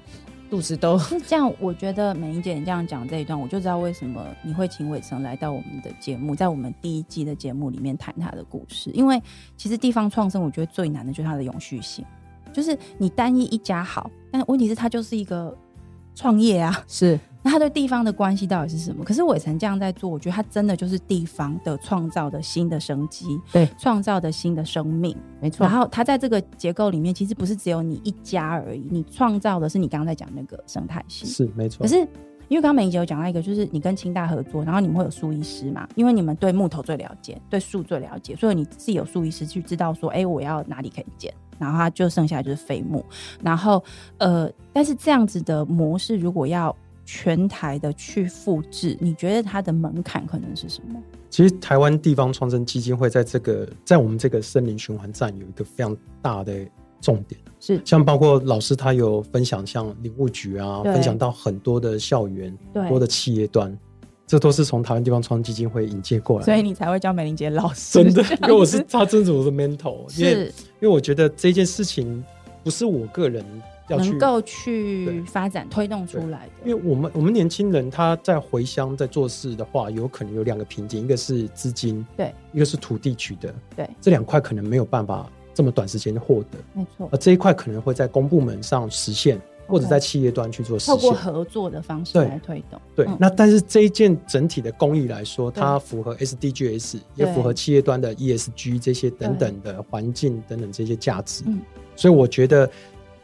Speaker 3: 肚 子都
Speaker 2: 是这样，我觉得美英姐你这样讲这一段，我就知道为什么你会请伟成来到我们的节目，在我们第一季的节目里面谈他的故事。因为其实地方创生，我觉得最难的就是它的永续性，就是你单一一家好，但问题是它就是一个创业啊，
Speaker 3: 是
Speaker 2: 那他对地方的关系到底是什么？可是伟成这样在做，我觉得他真的就是地方的创造的新的生机，
Speaker 3: 对
Speaker 2: 创造的新的生命。
Speaker 3: 没
Speaker 2: 然后他在这个结构里面，其实不是只有你一家而已，你创造的是你刚刚在讲那个生态系。
Speaker 1: 是没错
Speaker 2: 可。是因为刚刚美仪姐有讲到一个，就是你跟清大合作，然后你们会有树医师嘛？因为你们对木头最了解，对树最了解，所以你自己有树医师去知道说，哎、我要哪里可以剪，然后它就剩下就是废木。然后呃，但是这样子的模式如果要全台的去复制，你觉得它的门槛可能是什么？
Speaker 1: 其实台湾地方创生基金会在这个在我们这个森林循环站有一个非常大的重点，
Speaker 2: 是
Speaker 1: 像包括老师他有分享，像林务局啊，
Speaker 2: 对
Speaker 1: 分享到很多的校园、
Speaker 2: 对
Speaker 1: 很多的企业端。这都是从台湾地方创基金会引介过来的。
Speaker 2: 所以你才会叫美玲姐老师。
Speaker 1: 真的
Speaker 2: 这样，
Speaker 1: 因为我是
Speaker 2: 子
Speaker 1: 他，真的是我的 mentor，因为
Speaker 2: 是
Speaker 1: 因为我觉得这件事情不是我个人要去
Speaker 2: 能够
Speaker 1: 对
Speaker 2: 去发展推动出来
Speaker 1: 因为
Speaker 2: 的。
Speaker 1: 我们我们年轻人他在回乡在做事的话，有可能有两个瓶颈，一个是资金，
Speaker 2: 对，
Speaker 1: 一个是土地取得，
Speaker 2: 对，
Speaker 1: 这两块可能没有办法这么短时间获得，
Speaker 2: 没错
Speaker 1: 而，这一块可能会在公部门上实现，或者在企业端去做实
Speaker 2: 透过
Speaker 1: 现。
Speaker 2: 合作的方式
Speaker 1: 对
Speaker 2: 来推动。
Speaker 1: 对，
Speaker 2: 嗯
Speaker 1: 那但是这一件整体的公益来说，
Speaker 2: 对
Speaker 1: 它符合 SDGs，也
Speaker 2: 对
Speaker 1: 符合企业端的 ESG 这些等等的环境等等这些价值。
Speaker 2: 嗯
Speaker 1: 所以我觉得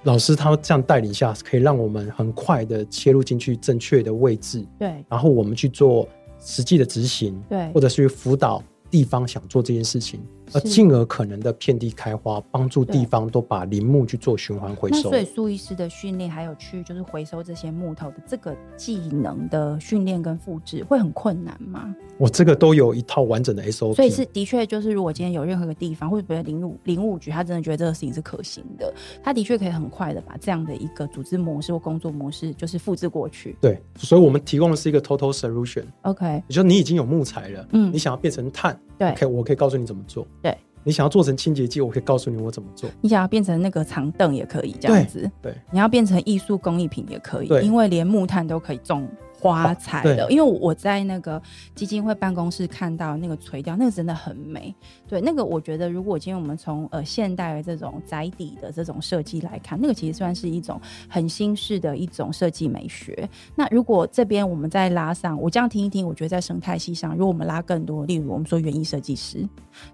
Speaker 1: 老师他这样带领下，可以让我们很快的切入进去正确的位置，
Speaker 2: 对
Speaker 1: 然后我们去做实际的执行，
Speaker 2: 对
Speaker 1: 或，者是辅导地方想做这件事情，而
Speaker 2: 是
Speaker 1: 进而可能的遍地开花，帮助
Speaker 2: 对
Speaker 1: 地方都把林木去做循环回
Speaker 2: 那
Speaker 1: 收。
Speaker 2: 所以苏医师的训练，还有去就是回收这些木头的这个技能的训练跟复制，会很困难吗？
Speaker 1: 我这个都有一套完整的 SOP，
Speaker 2: 所以是的确就是，如果今天有任何一个地方，或者比如林务林务局，他真的觉得这个事情是可行的，他的确可以很快的把这样的一个组织模式或工作模式就是复制过去。
Speaker 1: 对，所以我们提供的是一个 total solution。
Speaker 2: OK，
Speaker 1: 也就是你已经有木材了，
Speaker 2: 嗯
Speaker 1: 你想要变成碳，
Speaker 2: 对
Speaker 1: o k 我可以告诉你怎么做。
Speaker 2: 对，
Speaker 1: 你想要做成清洁剂，我可以告诉你我怎么做。
Speaker 2: 你想要变成那个长凳也可以这样子，
Speaker 1: 对，
Speaker 2: 你要变成艺术工艺品也可以
Speaker 1: 对，
Speaker 2: 因为连木炭都可以种花材
Speaker 1: 对
Speaker 2: 了。因为我在那个基金会办公室看到那个垂钓，那个真的很美。对，那个我觉得，如果今天我们从呃现代的这种宅邸的这种设计来看，那个其实算是一种很新式的一种设计美学。那如果这边我们再拉上，我这样听一听，我觉得在生态系上，如果我们拉更多，例如我们说园艺设计师，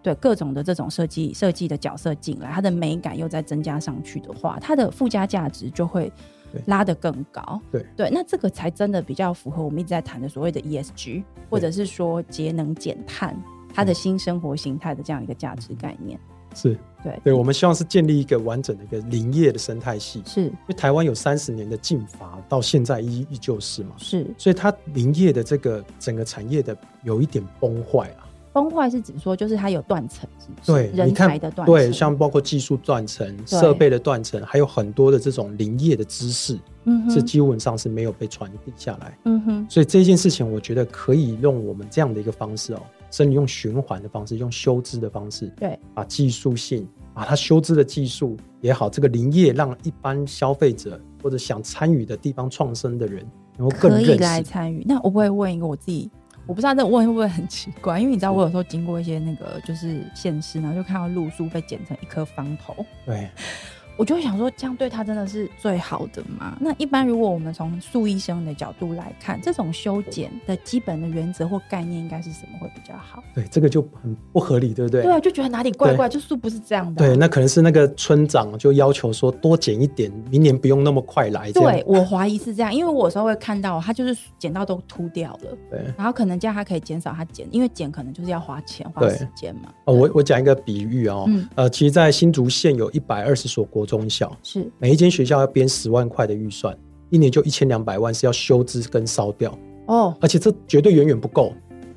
Speaker 2: 对各种的这种设计设计的角色进来，它的美感又再增加上去的话，它的附加价值就会
Speaker 1: 对
Speaker 2: 拉得更高。
Speaker 1: 对
Speaker 2: 那这个才真的比较符合我们一直在谈的所谓的 ESG，或者是说节能减碳，它
Speaker 1: 嗯
Speaker 2: 的新生活形态的这样一个价值概念。
Speaker 1: 是
Speaker 2: 对
Speaker 1: 对，我们希望是建立一个完整的一个林业的生态系，因
Speaker 2: 是
Speaker 1: 为台湾有三十年的禁伐，到现在依依旧是嘛，
Speaker 2: 是
Speaker 1: 所以它林业的这个整个产业的有一点崩坏啊了。
Speaker 2: 崩坏是指说就是它有断层，是不是
Speaker 1: 对，你
Speaker 2: 人
Speaker 1: 看
Speaker 2: 才的断层，
Speaker 1: 对，像包括技术断层、设备的断层，还有很多的这种林业的知识，
Speaker 2: 嗯
Speaker 1: 是
Speaker 2: 哼
Speaker 1: 基本上是没有被传递下来。
Speaker 2: 嗯哼
Speaker 1: 所以这件事情，我觉得可以用我们这样的一个方式哦，甚至用循环的方式，用修枝的方式，
Speaker 2: 对
Speaker 1: 把技术性，把它修枝的技术也好，这个林业让一般消费者或者想参与的地方创生的人能够更
Speaker 2: 可以
Speaker 1: 认
Speaker 2: 来
Speaker 1: 识。
Speaker 2: 参与。那我不会问一个我自己，我不知道这问会不会很奇怪，因为你知道我有时候经过一些那个就是县市，然后就看到路树被剪成一颗方头，
Speaker 1: 对，
Speaker 2: 我就会想说，这样对它真的是最好的吗？那一般如果我们从树医生的角度来看，这种修剪的基本的原则或概念应该是什么会比较好？
Speaker 1: 对，这个就很不合理，对不对？
Speaker 2: 对啊，就觉得哪里怪怪，就树不是这样的啊、
Speaker 1: 对那可能是那个村长就要求说多剪一点，明年不用那么快来。这样
Speaker 2: 对我怀疑是这样，因为我有时候会看到它就是剪到都秃掉了，
Speaker 1: 对。
Speaker 2: 然后可能这样它可以减少它剪，因为剪可能就是要花钱花
Speaker 1: 对
Speaker 2: 时间嘛。
Speaker 1: 哦，我我讲一个比喻哦，
Speaker 2: 嗯
Speaker 1: 呃，其实，在新竹县有一百二十所国中小，
Speaker 2: 是
Speaker 1: 每一间学校要编十万块的预算，一年就一千两百万是要修枝跟烧掉，
Speaker 2: 哦，
Speaker 1: 而且这绝对远远不够。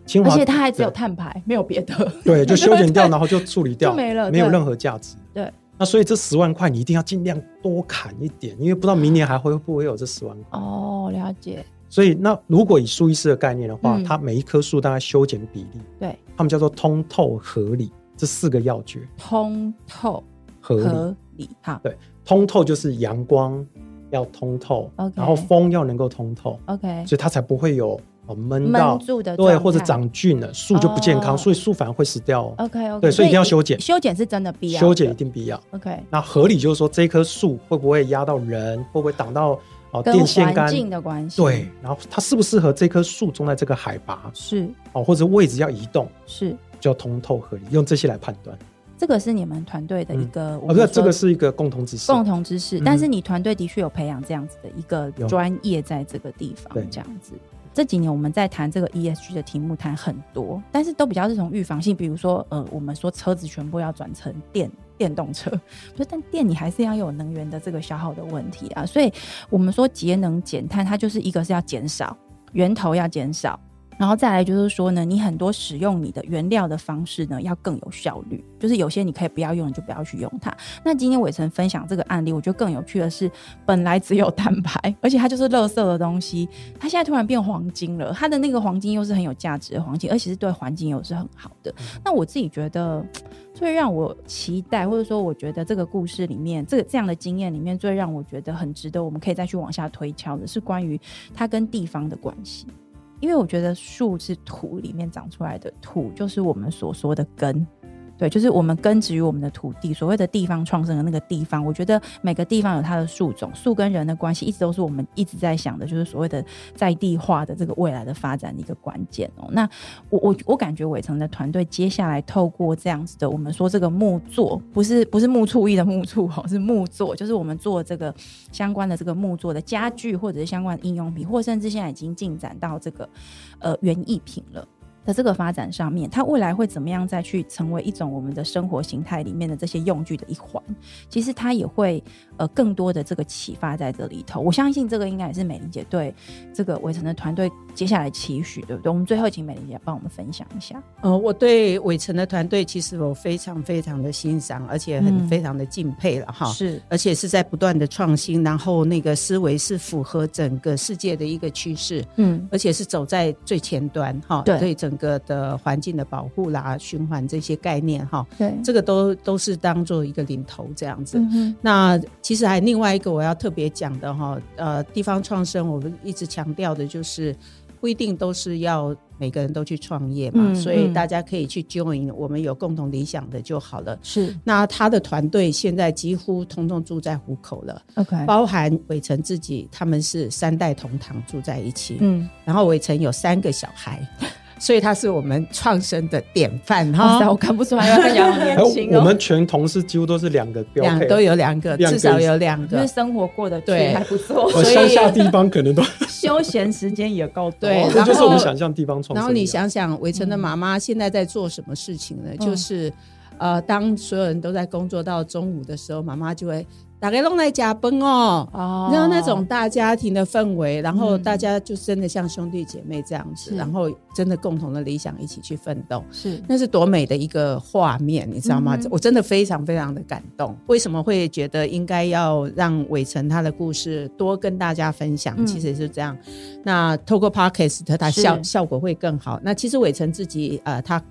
Speaker 1: 清
Speaker 2: 而
Speaker 1: 华
Speaker 2: 且它还只有
Speaker 1: 对
Speaker 2: 碳排，没有别 的。
Speaker 1: 对，就修剪掉，
Speaker 2: 对
Speaker 1: 然后就处理掉，
Speaker 2: 就没了
Speaker 1: 没有
Speaker 2: 对
Speaker 1: 任何价值。
Speaker 2: 对，
Speaker 1: 那所以这十万块你一定要尽量多砍一点，因为不知道明年还会不会有这十万块。
Speaker 2: 哦，了解，
Speaker 1: 所以那如果以树医师的概念的话，
Speaker 2: 嗯
Speaker 1: 它每一棵树大概修剪比例，
Speaker 2: 对，
Speaker 1: 他们叫做通透合理这四个要诀。
Speaker 2: 通透
Speaker 1: 合理，
Speaker 2: 合理，好
Speaker 1: 对，通透就是阳光要通透
Speaker 2: OK
Speaker 1: 然后风要能够通透。
Speaker 2: ，OK，
Speaker 1: 所以它才不会有呃闷到
Speaker 2: 闷住的
Speaker 1: 对，
Speaker 2: 状态
Speaker 1: 或者长菌了，树就不健康，
Speaker 2: 哦
Speaker 1: 所以树反而会死掉哦。
Speaker 2: ，OK OK，
Speaker 1: 对所以一定要修剪
Speaker 2: 修剪是真的必要的，
Speaker 1: 修剪一哦定必要。
Speaker 2: OK，
Speaker 1: 那合理就是说，这棵树会不会压到人，会不会挡到哦、
Speaker 2: 跟
Speaker 1: 电线
Speaker 2: 环
Speaker 1: 杆？
Speaker 2: 境的关系，
Speaker 1: 对，，然后它适不适合这棵树种在这个海拔
Speaker 2: 是
Speaker 1: 哦，或者位置要移动，
Speaker 2: 是，
Speaker 1: 就要通透合理，用这些来判断。
Speaker 2: 这个是你们团队的一
Speaker 1: 嗯
Speaker 2: 个，我
Speaker 1: 哦，
Speaker 2: 们
Speaker 1: 那
Speaker 2: 说
Speaker 1: 这个是一个共同知识。
Speaker 2: 共同知识，
Speaker 1: 嗯
Speaker 2: 但是你团队的确有培养这样子的一个
Speaker 1: 有
Speaker 2: 专业在这个地
Speaker 1: 对
Speaker 2: 方，这样子。这几年我们在谈这个 ESG 的题目，谈很多，但是都比较是从预防性，比如说，呃，我们说车子全部要转成电电动车， 不是，但电你还是要有能源的这个消耗的问题啊。所以我们说节能减碳，它就是一个是要减少源头要减少，然后再来就是说呢，你很多使用你的原料的方式呢，要更有效率。就是有些你可以不要用，你就不要去用它。那今天伟成分享这个案例，我觉得更有趣的是，本来只有蛋白，而且它就是垃圾的东西，它现在突然变黄金了。它的那个黄金又是很有价值的黄金，而且是对环境又是很好的。那我自己觉得，最让我期待，或者说我觉得这个故事里面，这个这样的经验里面，最让我觉得很值得我们可以再去往下推敲的是关于它跟地方的关系。因为我觉得树是土里面长出来的，土就是我们所说的根，对，就是我们根植于我们的土地，所谓的地方创生的那个地方。我觉得每个地方有它的树种，树跟人的关系一直都是我们一直在想的，就是所谓的在地化的这个未来的发展的一个关键哦。那我我我感觉伟成的团队接下来透过这样子的，我们说这个木作不是不是木醋意的木醋哦，是木作，就是我们做这个相关的这个木作的家具或者是相关的应用品，或甚至现在已经进展到这个呃园艺品了。的这个发展上面，它未来会怎么样再去成为一种我们的生活形态里面的这些用具的一环？其实它也会呃更多的这个启发在这里头。我相信这个应该也是美玲姐对这个伟成的团队接下来期许，对不对？我们最后请美玲姐帮我们分享一下。
Speaker 3: 呃，我对伟成的团队其实我非常非常的欣赏，而且很
Speaker 2: 嗯
Speaker 3: 非常的敬佩了哈。
Speaker 2: 是
Speaker 3: 而且是在不断的创新，然后那个思维是符合整个世界的一个趋势，
Speaker 2: 嗯
Speaker 3: 而且是走在最前端哈。
Speaker 2: 对
Speaker 3: 对整个的环境的保护啦、循环这些概念哈，
Speaker 2: 对，
Speaker 3: 这个都都是当做一个领头这样子。
Speaker 2: 嗯哼
Speaker 3: 那其实还另外一个我要特别讲的哈，呃，地方创生我们一直强调的就是不一定都是要每个人都去创业嘛，
Speaker 2: 嗯
Speaker 3: 所以
Speaker 2: 嗯
Speaker 3: 大家可以去 join 我们有共同理想的就好了。
Speaker 2: 是
Speaker 3: 那他的团队现在几乎通通住在虎口了，
Speaker 2: OK，
Speaker 3: 包含伟成自己，他们是三代同堂住在一起。
Speaker 2: 嗯，
Speaker 3: 然后伟成有三个小孩， 所以他是我们创生的典范
Speaker 2: 哇塞，
Speaker 3: 哈。
Speaker 2: 我看不出来，要非常年
Speaker 1: 哎
Speaker 2: 轻
Speaker 1: 我
Speaker 2: 哦。
Speaker 1: 们全同事几乎都是两个标
Speaker 3: 两
Speaker 1: 配，啊
Speaker 3: 都有两个，
Speaker 1: 两个
Speaker 3: 至少有两
Speaker 2: 因为
Speaker 3: 个。
Speaker 2: 生活过得去
Speaker 3: 对
Speaker 2: 还不错，
Speaker 1: 我
Speaker 3: 所以
Speaker 1: 乡下地方可能都，
Speaker 2: 休闲时间也够多。
Speaker 3: 对
Speaker 1: 这
Speaker 3: 然后
Speaker 1: 就是我们想象地方创
Speaker 3: 然后
Speaker 1: 生啊一
Speaker 3: 你
Speaker 1: 样
Speaker 3: 想想，伟成的妈妈现在在做什么事情呢？就是，呃，当所有人都在工作到中午的时候，妈妈就会打开弄来加崩哦，
Speaker 2: 哦
Speaker 3: 你知道那种大家庭的氛围，然后
Speaker 2: 嗯
Speaker 3: 大家就真的像兄弟姐妹这样子，
Speaker 2: 是
Speaker 3: 然后真的共同的理想一起去奋斗，
Speaker 2: 是
Speaker 3: 那是多美的一个画面，你知道吗？
Speaker 2: 嗯
Speaker 3: 我真的非常非常的感动。为什么会觉得应该要让伟成他的故事多跟大家分享？
Speaker 2: 嗯
Speaker 3: 其实是这样，那透过 podcast 它
Speaker 2: 是
Speaker 3: 效效果会更好。那其实伟成自己呃，他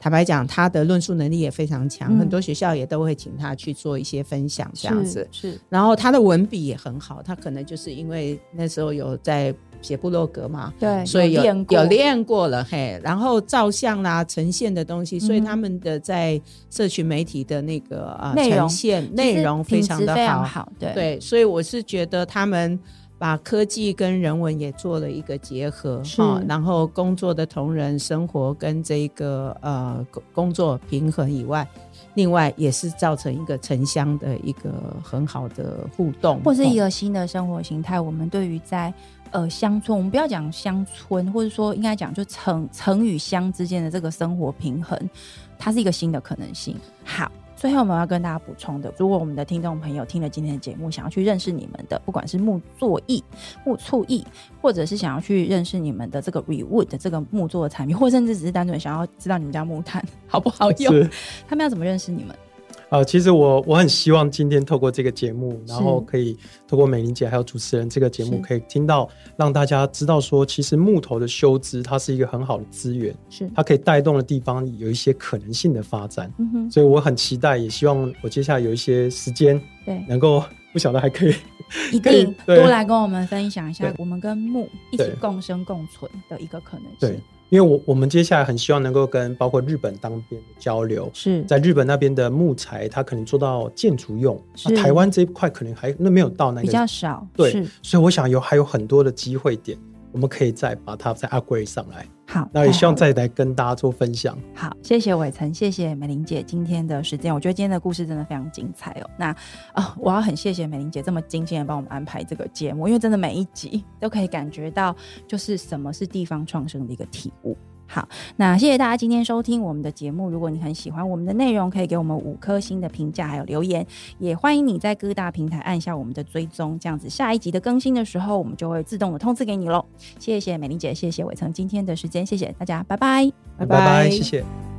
Speaker 3: 坦白讲，他的论述能力也非常
Speaker 2: 嗯
Speaker 3: 强，很多学校也都会请他去做一些分享这样子。
Speaker 2: 是
Speaker 3: 然后他的文笔也很好，他可能就是因为那时候有在写部落格嘛，
Speaker 2: 对，
Speaker 3: 所以有
Speaker 2: 练过
Speaker 3: 有练过了嘿。然后照相啦、呈现的东西，所
Speaker 2: 嗯
Speaker 3: 以
Speaker 2: 哼
Speaker 3: 他们的在社群媒体的那个啊、呃
Speaker 2: 内容
Speaker 3: 呈现内容非常的
Speaker 2: 非
Speaker 3: 好，
Speaker 2: 常好，对
Speaker 3: 对，所以我是觉得他们。把科技跟人文也做了一个结合，
Speaker 2: 是
Speaker 3: 哈然后工作的同仁生活跟这个呃工工作平衡以外，另外也是造成一个城乡的一个很好的互动，
Speaker 2: 或是一
Speaker 3: 哦
Speaker 2: 个新的生活形态。我们对于在呃乡村，我们不要讲乡村，或者说应该讲就城城与乡之间的这个生活平衡，它是一个新的可能性。好。最后我们要跟大家补充的，如果我们的听众朋友听了今天的节目，想要去认识你们的，不管是木作艺、木醋艺，或者是想要去认识你们的这个 rewood 的这个木做的产品，或甚至只是单纯想要知道你们家木炭 好不好用，
Speaker 1: 是
Speaker 2: 他们要怎么认识你们？
Speaker 1: 呃，其实我我很希望今天透过这个节目，然后
Speaker 2: 是
Speaker 1: 可以透过美玲姐还有主持人这个节目
Speaker 2: 是，
Speaker 1: 可以听到让大家知道说，其实木头的修枝它是一个很好的资源，
Speaker 2: 是，
Speaker 1: 它可以带动的地方有一些可能性的发展。
Speaker 2: 嗯哼，
Speaker 1: 所以我很期待，也希望我接下来有一些时间
Speaker 2: 对，
Speaker 1: 能够不晓得还可以
Speaker 2: 一
Speaker 1: 可以
Speaker 2: 定
Speaker 1: 对
Speaker 2: 多来跟我们分享一下
Speaker 1: 对
Speaker 2: 我们跟木一起
Speaker 1: 对
Speaker 2: 共生共存的一个可能
Speaker 1: 对
Speaker 2: 性。，
Speaker 1: 因为我我们接下来很希望能够跟包括日本当边的交流，
Speaker 2: 是
Speaker 1: 在日本那边的木材，它可能做到建筑用，那
Speaker 2: 是
Speaker 1: 台湾这一块可能还那没有到那个
Speaker 2: 比较少，
Speaker 1: 对
Speaker 2: 是，
Speaker 1: 所以我想有还有很多的机会点，我们可以再把它再 upgrade 上来。
Speaker 2: 好。
Speaker 1: 那也希望
Speaker 2: 太
Speaker 1: 再来跟大家做分享。
Speaker 2: 好好，谢谢伟成，谢谢美玲姐今天的时间，我觉得今天的故事真的非常精彩哦。那啊、我要很谢谢美玲姐这么精心的帮我们安排这个节目，因为真的每一集都可以感觉到就是什么是地方创生的一个体悟。好，那谢谢大家今天收听我们的节目。如果你很喜欢我们的内容，可以给我们五颗星的评价，还有留言。也欢迎你在各大平台按下我们的追踪，这样子下一集的更新的时候，我们就会自动的通知给你喽。谢谢美玲姐，谢谢伟成今天的时间，谢谢大家，拜拜。
Speaker 1: 拜拜，谢谢。